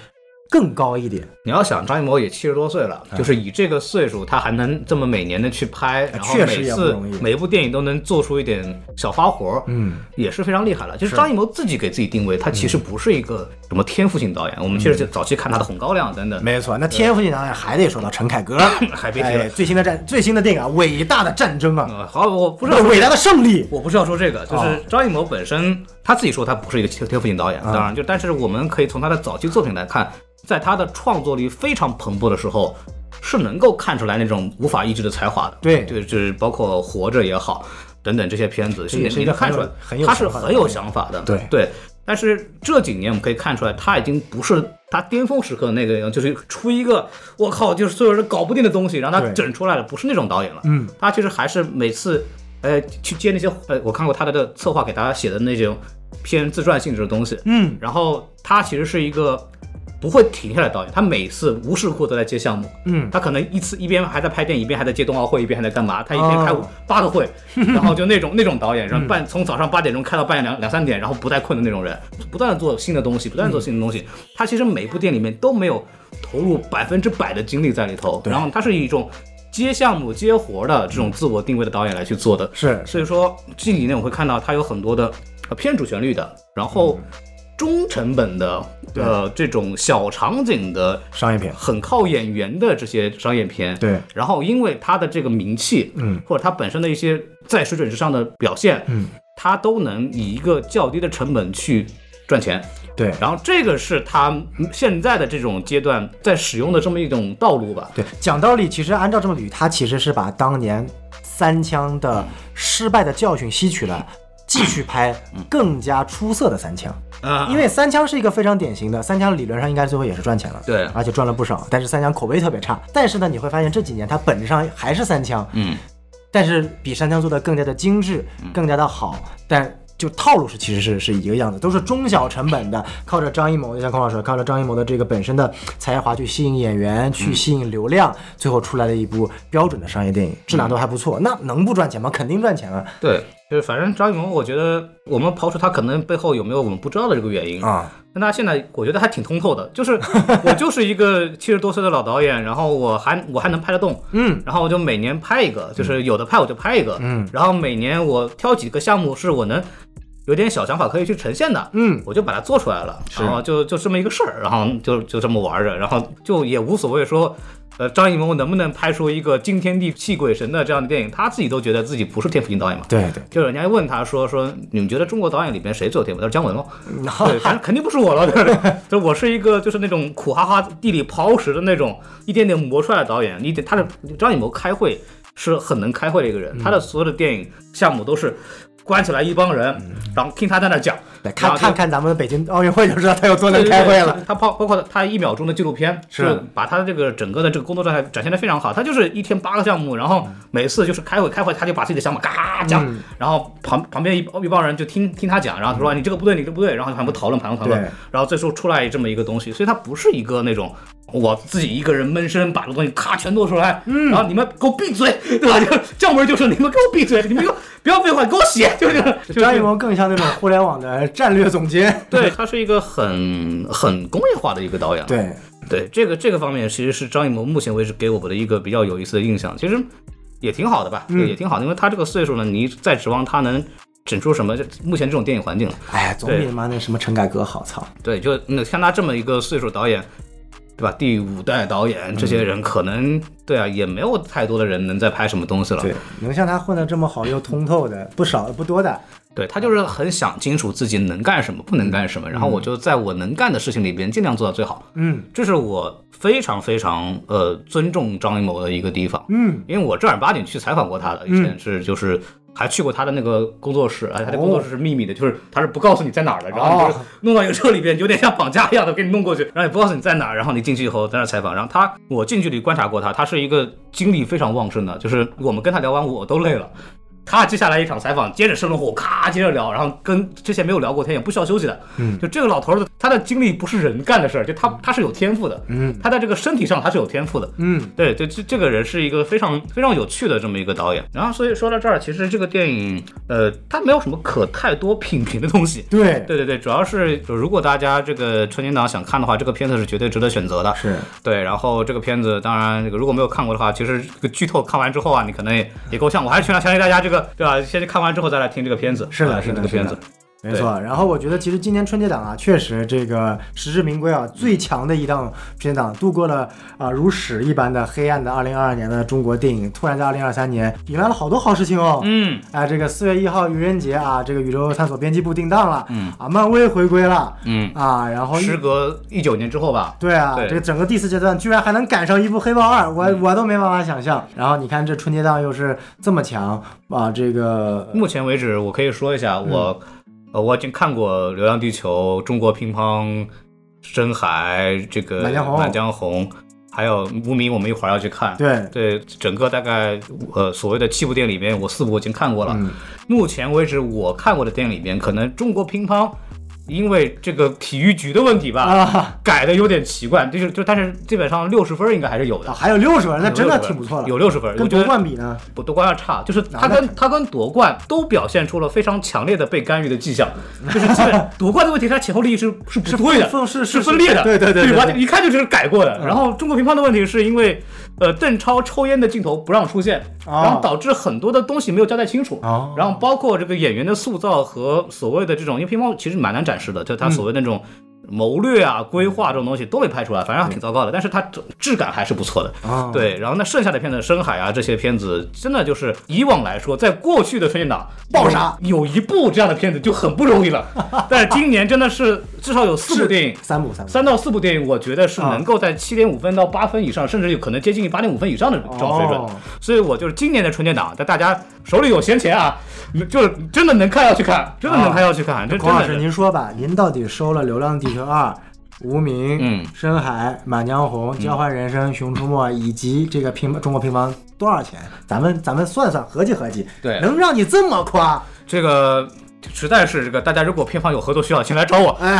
更高一点，
你要想张艺谋也七十多岁
哎
了，就是以这个岁数，他还能这么每年的去拍，然后
确实
每
也不
次
容易
每部电影都能做出一点小花活，嗯，也是非常厉害了。就是张艺谋自己给自己定位，他其实不是一个什么天赋型导演。我们其实早期看他的《红高粱》等等，
嗯没错。那天赋型导演还得说到陈凯歌，
还别提了
哎，。最新的战最新的电影啊，《伟大的战争》啊，
呃好，我不是要
不
说
是伟大的胜利，
我不是要说这个，就是
哦嗯
张艺谋本身他自己说他不是一个天天赋型导演，当然就但是我们可以从他的早期作品来看，在他的创作力非常蓬勃的时候。是能够看出来那种无法抑制的才华的，
对
对，就是包括《活着》也好，等等这些片子，是
也
你
是一
你
个
能看
很
出
有
来，
很有
他是
想法的
很有想法的，
对
对。但是这几年我们可以看出来，他已经不是他巅峰时刻的那个样，就是出一个我靠，就是所有人搞不定的东西，让他
对
整出来了，不是那种导演了。嗯，他其实还是每次，呃，去接那些，呃，我看过他的这策划给大家写的那种偏自传性质的东西。
嗯，
然后他其实是一个不会停下来的导演，他每次无时无刻都在接项目。
嗯
他可能一次一边还在拍电影，一边还在接冬奥会，一边还在干嘛？他一天开
哦
八个会，然后就那种那种导演，然后半从早上八点钟开到半夜两两三点，然后不带困的那种人，不断的做新的东西，不断的做新的东西。他其实每部电影里面都没有投入百分之百的精力在里头，然后他是以一种接项目接活的这种自我定位的导演来去做的，
是
所以说这几年我会看到它有很多的呃偏主旋律的，然后中成本的，呃，这种小场景的，
商业片，
很靠演员的这些商业片。
对
然后因为它的这个名气，
嗯，
或者它本身的一些在水准之上的表现，
嗯，
它都能以一个较低的成本去赚钱。
对。
然后这个是它现在的这种阶段在使用的这么一种道路吧。
对，讲道理，其实按照这么捋，他其实是把当年三枪的失败的教训吸取了。继续拍更加出色的三枪，
啊
因为三枪是一个非常典型的，三枪理论上应该最后也是赚钱了，
对
而且赚了不少。但是三枪口碑特别差，但是呢，你会发现这几年它本质上还是三枪，
嗯，
但是比山枪做的更加的精致，更加的好，但就套路是其实是是一个样子，都是中小成本的，靠着张艺谋，就像孔老师说靠着张艺谋的这个本身的才华去吸引演员，
嗯
去吸引流量，最后出来的一部标准的商业电
嗯
影，质量都还不错，那能不赚钱吗？肯定赚钱啊！
对，就是反正张艺谋，我觉得我们刨除他可能背后有没有我们不知道的这个原因，
啊，
但他现在我觉得还挺 通透的，就是我就是一个七十多岁的老导演，然后我还我还能拍得动，
嗯，
然后我就每年拍一个，就是有的拍我就拍一个，
嗯，
然后每年我挑几个项目是我能有点小想法可以去呈现的，
嗯，
我就把它做出来了，然后就就这么一个事儿，然后就就这么玩着，然后就也无所谓说。呃，张艺谋能不能拍出一个惊天地泣鬼神的这样的电影？他自己都觉得自己不是天赋型导演嘛。
对对，
就是人家问他说说，你们觉得中国导演里边谁最有天赋？他说姜文吗？ 对，反正肯定不是 我了。对，就我是一个就是那种苦哈哈地里刨食的那种，一点点磨出来的导演。你得他的张艺谋开会是很能开会的一个人，他的所有的电影项目都是关起来一帮人，然后听他在那讲，
对
然
看
后就
看看咱们北京奥运会就知道他有多能
对对
开会
对
了。
他包包括他一秒钟的纪录片，
是
就把他的这个整个的这个工作状态展现的非常好。他就是一天八个项目，然后每次就是开会开会，他就把自己的想法嘎讲，然后旁旁边一一帮人就听听他讲，然后说、你这个不对，你这个不对，然后他们讨论讨论讨论
对，
然后最后出来这么一个东西，所以他不是一个那种。我自己一个人闷声把这东西咔全做出来，然后你们给我闭嘴，对吧？就姜文就说你们给我闭嘴，你们给我不要废话，给我写，就是就是
张艺谋更像那种互联网的战略总监，
对，他是一个很很工业化的一个导演，
对，
对这个这个方面，其实是张艺谋目前为止给我的一个比较有意思的印象，其实也挺好的吧，对也挺好的，因为他这个岁数呢，你再指望他能整出什么，就目前这种电影环境了，
哎呀，总比他妈那什么陈凯歌好操。
对，就你看他这么一个岁数导演，对吧？第五代导演这些人，可能、对啊，也没有太多的人能再拍什么东西了，
对，能像他混得这么好又通透的不少不多的，
对他就是很想清楚自己能干什么，不能干什么，然后我就在我能干的事情里边尽量做到最好。
嗯，
这是我非常非常呃尊重张艺谋的一个地方。
嗯，
因为我正儿八经去采访过他的，以前是就是。还去过他的那个工作室，而哎且他的工作室是秘密的，就是他是不告诉你在哪儿的，然后你就是弄到一个车里边，有点像绑架一样的给你弄过去，然后也不告诉你在哪儿，然后你进去以后在那儿采访。然后他，我近距离观察过他，他是一个精力非常旺盛的，就是我们跟他聊完我都累了，他接下来一场采访，接着生龙活虎，咔，接着聊，然后跟之前没有聊过天，也不需要休息的。嗯，就这个老头儿的他的经历不是人干的事儿，就他他是有天赋的，嗯，他在这个身体上他是有天赋的，
嗯，
对对，这这个人是一个非常非常有趣的这么一个导演。然后所以说到这儿，其实这个电影，呃，它没有什么可太多品评的东西，
对，
对对对，主要是就如果大家这个春节档想看的话，这个片子是绝对值得选择的。
是
对，然后这个片子当然，这个如果没有看过的话，其实这个剧透看完之后啊，你可能也也够呛。我还是劝强烈大家这个对吧，先看完之后再来听这个片子。
是的
啊
是
听
的
这个片
是
子
的。没错。然后我觉得其实今年春节档啊，确实这个实至名归啊，最强的一档春节档，度过了啊、如屎一般的黑暗的二零二二年的中国电影，突然在二零二三年迎来了好多好事情哦。
嗯，
啊，这个四月一号愚人节啊，这个宇宙探索编辑部定档了，嗯啊，漫威回归了，
嗯
啊，然后
时隔一九年之后吧，
对啊，
对嗯
这个整个第四阶段居然还能赶上一部《黑豹二》，我、我都没办法想象。然后你看这春节档又是这么强啊，这个
目前为止我可以说一下，
嗯
我、呃我已经看过《流浪地球》《中国乒乓》《深海》这个《
满江红
满江红》，还有《无名》，我们一会儿要去看。
对
对，整个大概呃所谓的七部电影里面，我四部已经看过了。
嗯
目前为止，我看过的电影里面，可能中国乒乓。因为这个体育局的问题吧，
啊
改的有点奇怪，就是就但是基本上六十分应该还是有的
啊，，还有六十分，那
有
真的
60分
挺不错了，
有六十分，
跟
我觉
夺
得
冠比呢，
不夺冠要差，就是他
那
跟他跟夺冠都表现出了非常强烈的被干预的迹象，就是基本夺冠的问题，它前后利益是是不对的，
分是
分裂的，
对对对对
吧？
对
一看就是改过的。然后中国乒乓的问题是因为，呃，邓超抽烟的镜头不让出现，
哦
然后导致很多的东西没有交代清楚
哦，
然后包括这个演员的塑造和所谓的这种，因为乒乓其实蛮难展示的，就他所谓的那种。谋略啊、规划这种东西都没拍出来，反正还挺糟糕的。但是它质质感还是不错的。
啊
对，然后那剩下的片子《深海》啊，这些片子真的就是以往来说，在过去的春节档
爆杀
有一部这样的片子就很不容 易了，但是今年真的是至少有四部电影。
三部三部
三到四部电影，我觉得
嗯
是能够在七点五分到八分以上，甚至有可能接近于八点五分以上的这种水准。
哦
所以，我就是今年的春节档，但大家手里有闲钱啊，就是真的能看要去看，真的能看要去看，这真
啊孔老
的
师，
是。
您说吧，您到底收了《流浪地球二》？无名、
嗯
深海、满江红、交换人生、熊出没以及这个乒中国乒乓多少钱？咱们咱们算算，合计合计，
对
能让你这么夸？
这个实在是这个，大家如果片方有合作需要，请来找我。
哎，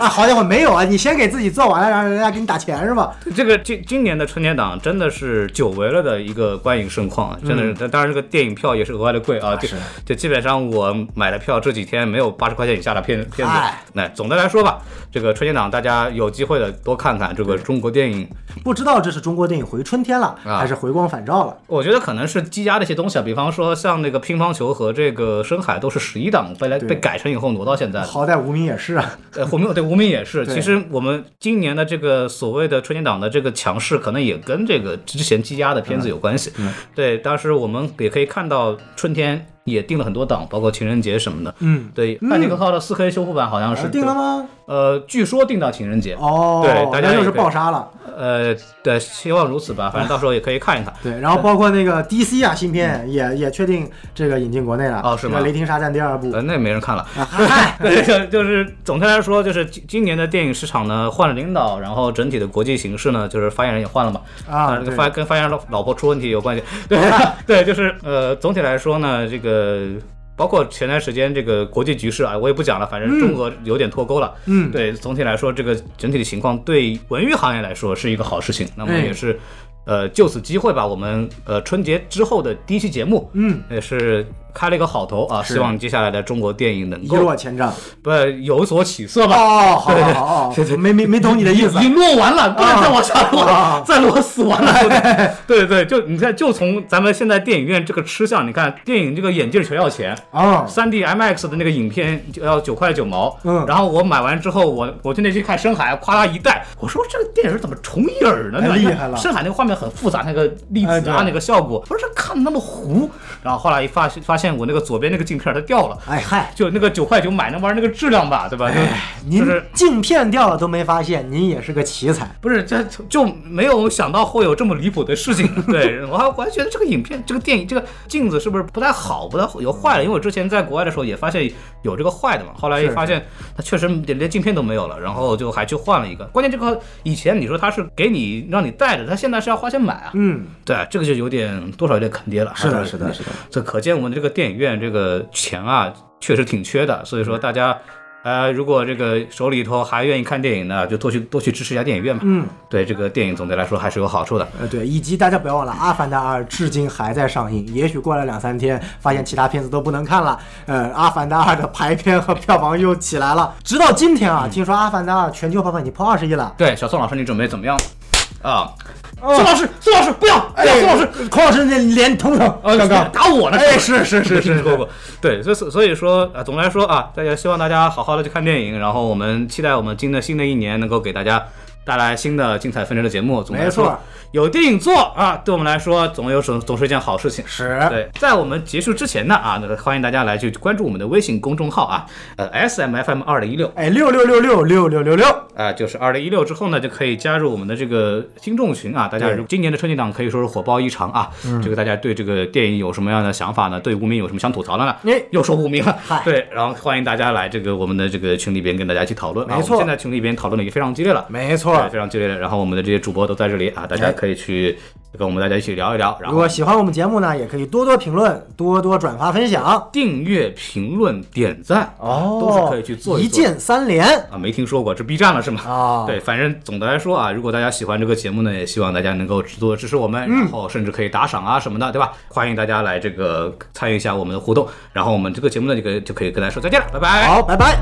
啊，好家伙，没有啊！你先给自己做完了，然后人家给你打钱是吧？
这个今今年的春节档真的是久违了的一个观影盛况，啊真的是。当然，这个电影票也是额外的贵啊，就是就基本上我买的票这几天没有八十块钱以下的片片子
哎。
那总的来说吧，这个春节档大家有机会的多看看这个中国电影，
不知道这是中国电影回春天了，
啊
还是回光返照了？
我觉得可能是积压的一些东西啊，比方说像那个乒乓球和这个深海都是十一档被来
对
被改成以后挪到现在的，
好歹无名也是啊，
呃，我们对无名也是。
对
其实我们今年的这个所谓的春节档的这个强势，可能也跟这个之前积压的片子有关系。
嗯
对，当时我们也可以看到春天也定了很多档，包括情人节什么的。
嗯，哦
对，《汉尼克号》的四 K 修复版好像是
定了？吗？
呃，据说定到情人节。
哦，
对大家
那
也
又是
可以
爆杀了。
呃，对，希望如此吧。反正到时候也可以看一看。
对，然后包括那个 DC 啊，芯片也也确定这个引进国内了
哦是吗
这个雷霆沙赞第二部
呃，那也没人看了。
啊，嗨，
对，就就是总的来说，就是今今年的电影市场呢换了领导，然后整体的国际形势呢，就是发言人也换了嘛。
啊
这
对
个发跟发言人老老婆出问题有关系。对 对，就是呃，总体来说呢，这个。包括前段时间这个国际局势啊，我也不讲了，反正中俄有点脱钩了。
嗯
对，总体来说，这个整体的情况对文娱行业来说是一个好事情。那么
哎
也是，呃，就此机会吧，我们呃春节之后的第一期节目，
嗯，
也是开了一个好头啊。
是
希望接下来的中国电影能
一
够
落千丈。
不有所起色
哦，
吧？
好好好，哦没没没懂你的意思
已。经落完了，不能再往下落，
啊
再落死完了。哎对对，就你看，就从咱们现在电影院这个吃相，你看电影这个眼镜全要钱。
啊，
3 D IMAX 的那个影片就要九块九毛，
嗯
然后我买完之后，我我就那去看《深海》，夸啦一戴，我说这个电影怎么重影儿呢？
太
对吧
厉害了
深海那个画面很复杂，那个粒
哎
子
对
啊，那个效果，我说这看得那么糊。然后后来一发现发现我那个左边那个镜片它掉了，
哎嗨，
就那个九块九买那玩意儿那个质量吧，对吧？就
哎您
就是
镜片掉了都没发现，您也是个奇才。
不是，这就就没有想到会有这么离谱的事情。 对我还我还觉得这个影片、这个电影、这个镜子是不是不太好，不太好有坏了？因为我之前在国外的时候也发现有这个坏的嘛，后来
是
也发现它确实连连镜片都没有了，然后就还去换了一个。关键这个以前你说它是给你让你带着，它现在是要花钱买啊。
嗯，
对，这个就有点多少有点坑爹了。
是的，
还
是的，是的。
这可见我们这个电影院这个钱啊，确实挺缺的。所以说大家，哎、呃，如果这个手里头还愿意看电影呢，就多去多去支持一下电影院嘛。嗯，对这个电影总的来说还是有好处的。
呃，对，以及大家不要忘了，《阿凡达二》至今还在上映，也许过了两三天，发现其他片子都不能看了，呃，《阿凡达二》的排片和票房又起来了。直到今天啊，听说《阿凡达二》全球票房已经破二十亿了。
对，小宋老师，你准备怎么样？啊，
哦
宋老师，宋老师，不要，不
哎
要，宋老师，
师，孔老师那脸疼疼，
呃，
哦刚刚。
打我呢？
哎，是是是是，
不不， 对，所以所以说，呃，总的来说啊，大家希望大家好好的去看电影，然后我们期待我们新的新的一年能够给大家带来新的精彩纷呈的节目。总的来说
没错，
有电影做啊，对我们来说总有总总是一件好事情。
是，
对，在我们结束之前呢啊，那欢迎大家来去关注我们的微信公众号啊，呃，S M F M 二零一六
哎，六六六六六六六六，
啊，就是二零一六之后呢，就可以加入我们的这个听众群啊。大家
对嗯
如今年的春节档可以说是火爆异常啊。这个大家对这个电影有什么样的想法呢？对无名有什么想吐槽的呢？
哎
又说无名了
嗨，
对，然后欢迎大家来这个我们的这个群里边跟大家一起讨论啊。
没错
我们现在群里边讨论的已经非常激烈了。
没
对，
错。
非常激烈了。然后我们的这些主播都在这里啊，大家
哎
可以去跟我们大家一起聊一聊，然
如
后
果喜欢我们节目呢，也可以多多评论，多多转发分享，
订阅、评论、点赞
哦
都是可以去做
一
做的
键三连。
啊，没听说过，这 B 站了是吗？
啊
对，反正总的来说啊，如果大家喜欢这个节目呢，也希望大家能够多支持我们，然后甚至可以打赏啊什么的，对吧？欢迎大家来这个参与一下我们的互动，然后我们这个节目呢就可以就可以跟大家说再见了，拜拜。
好，拜拜。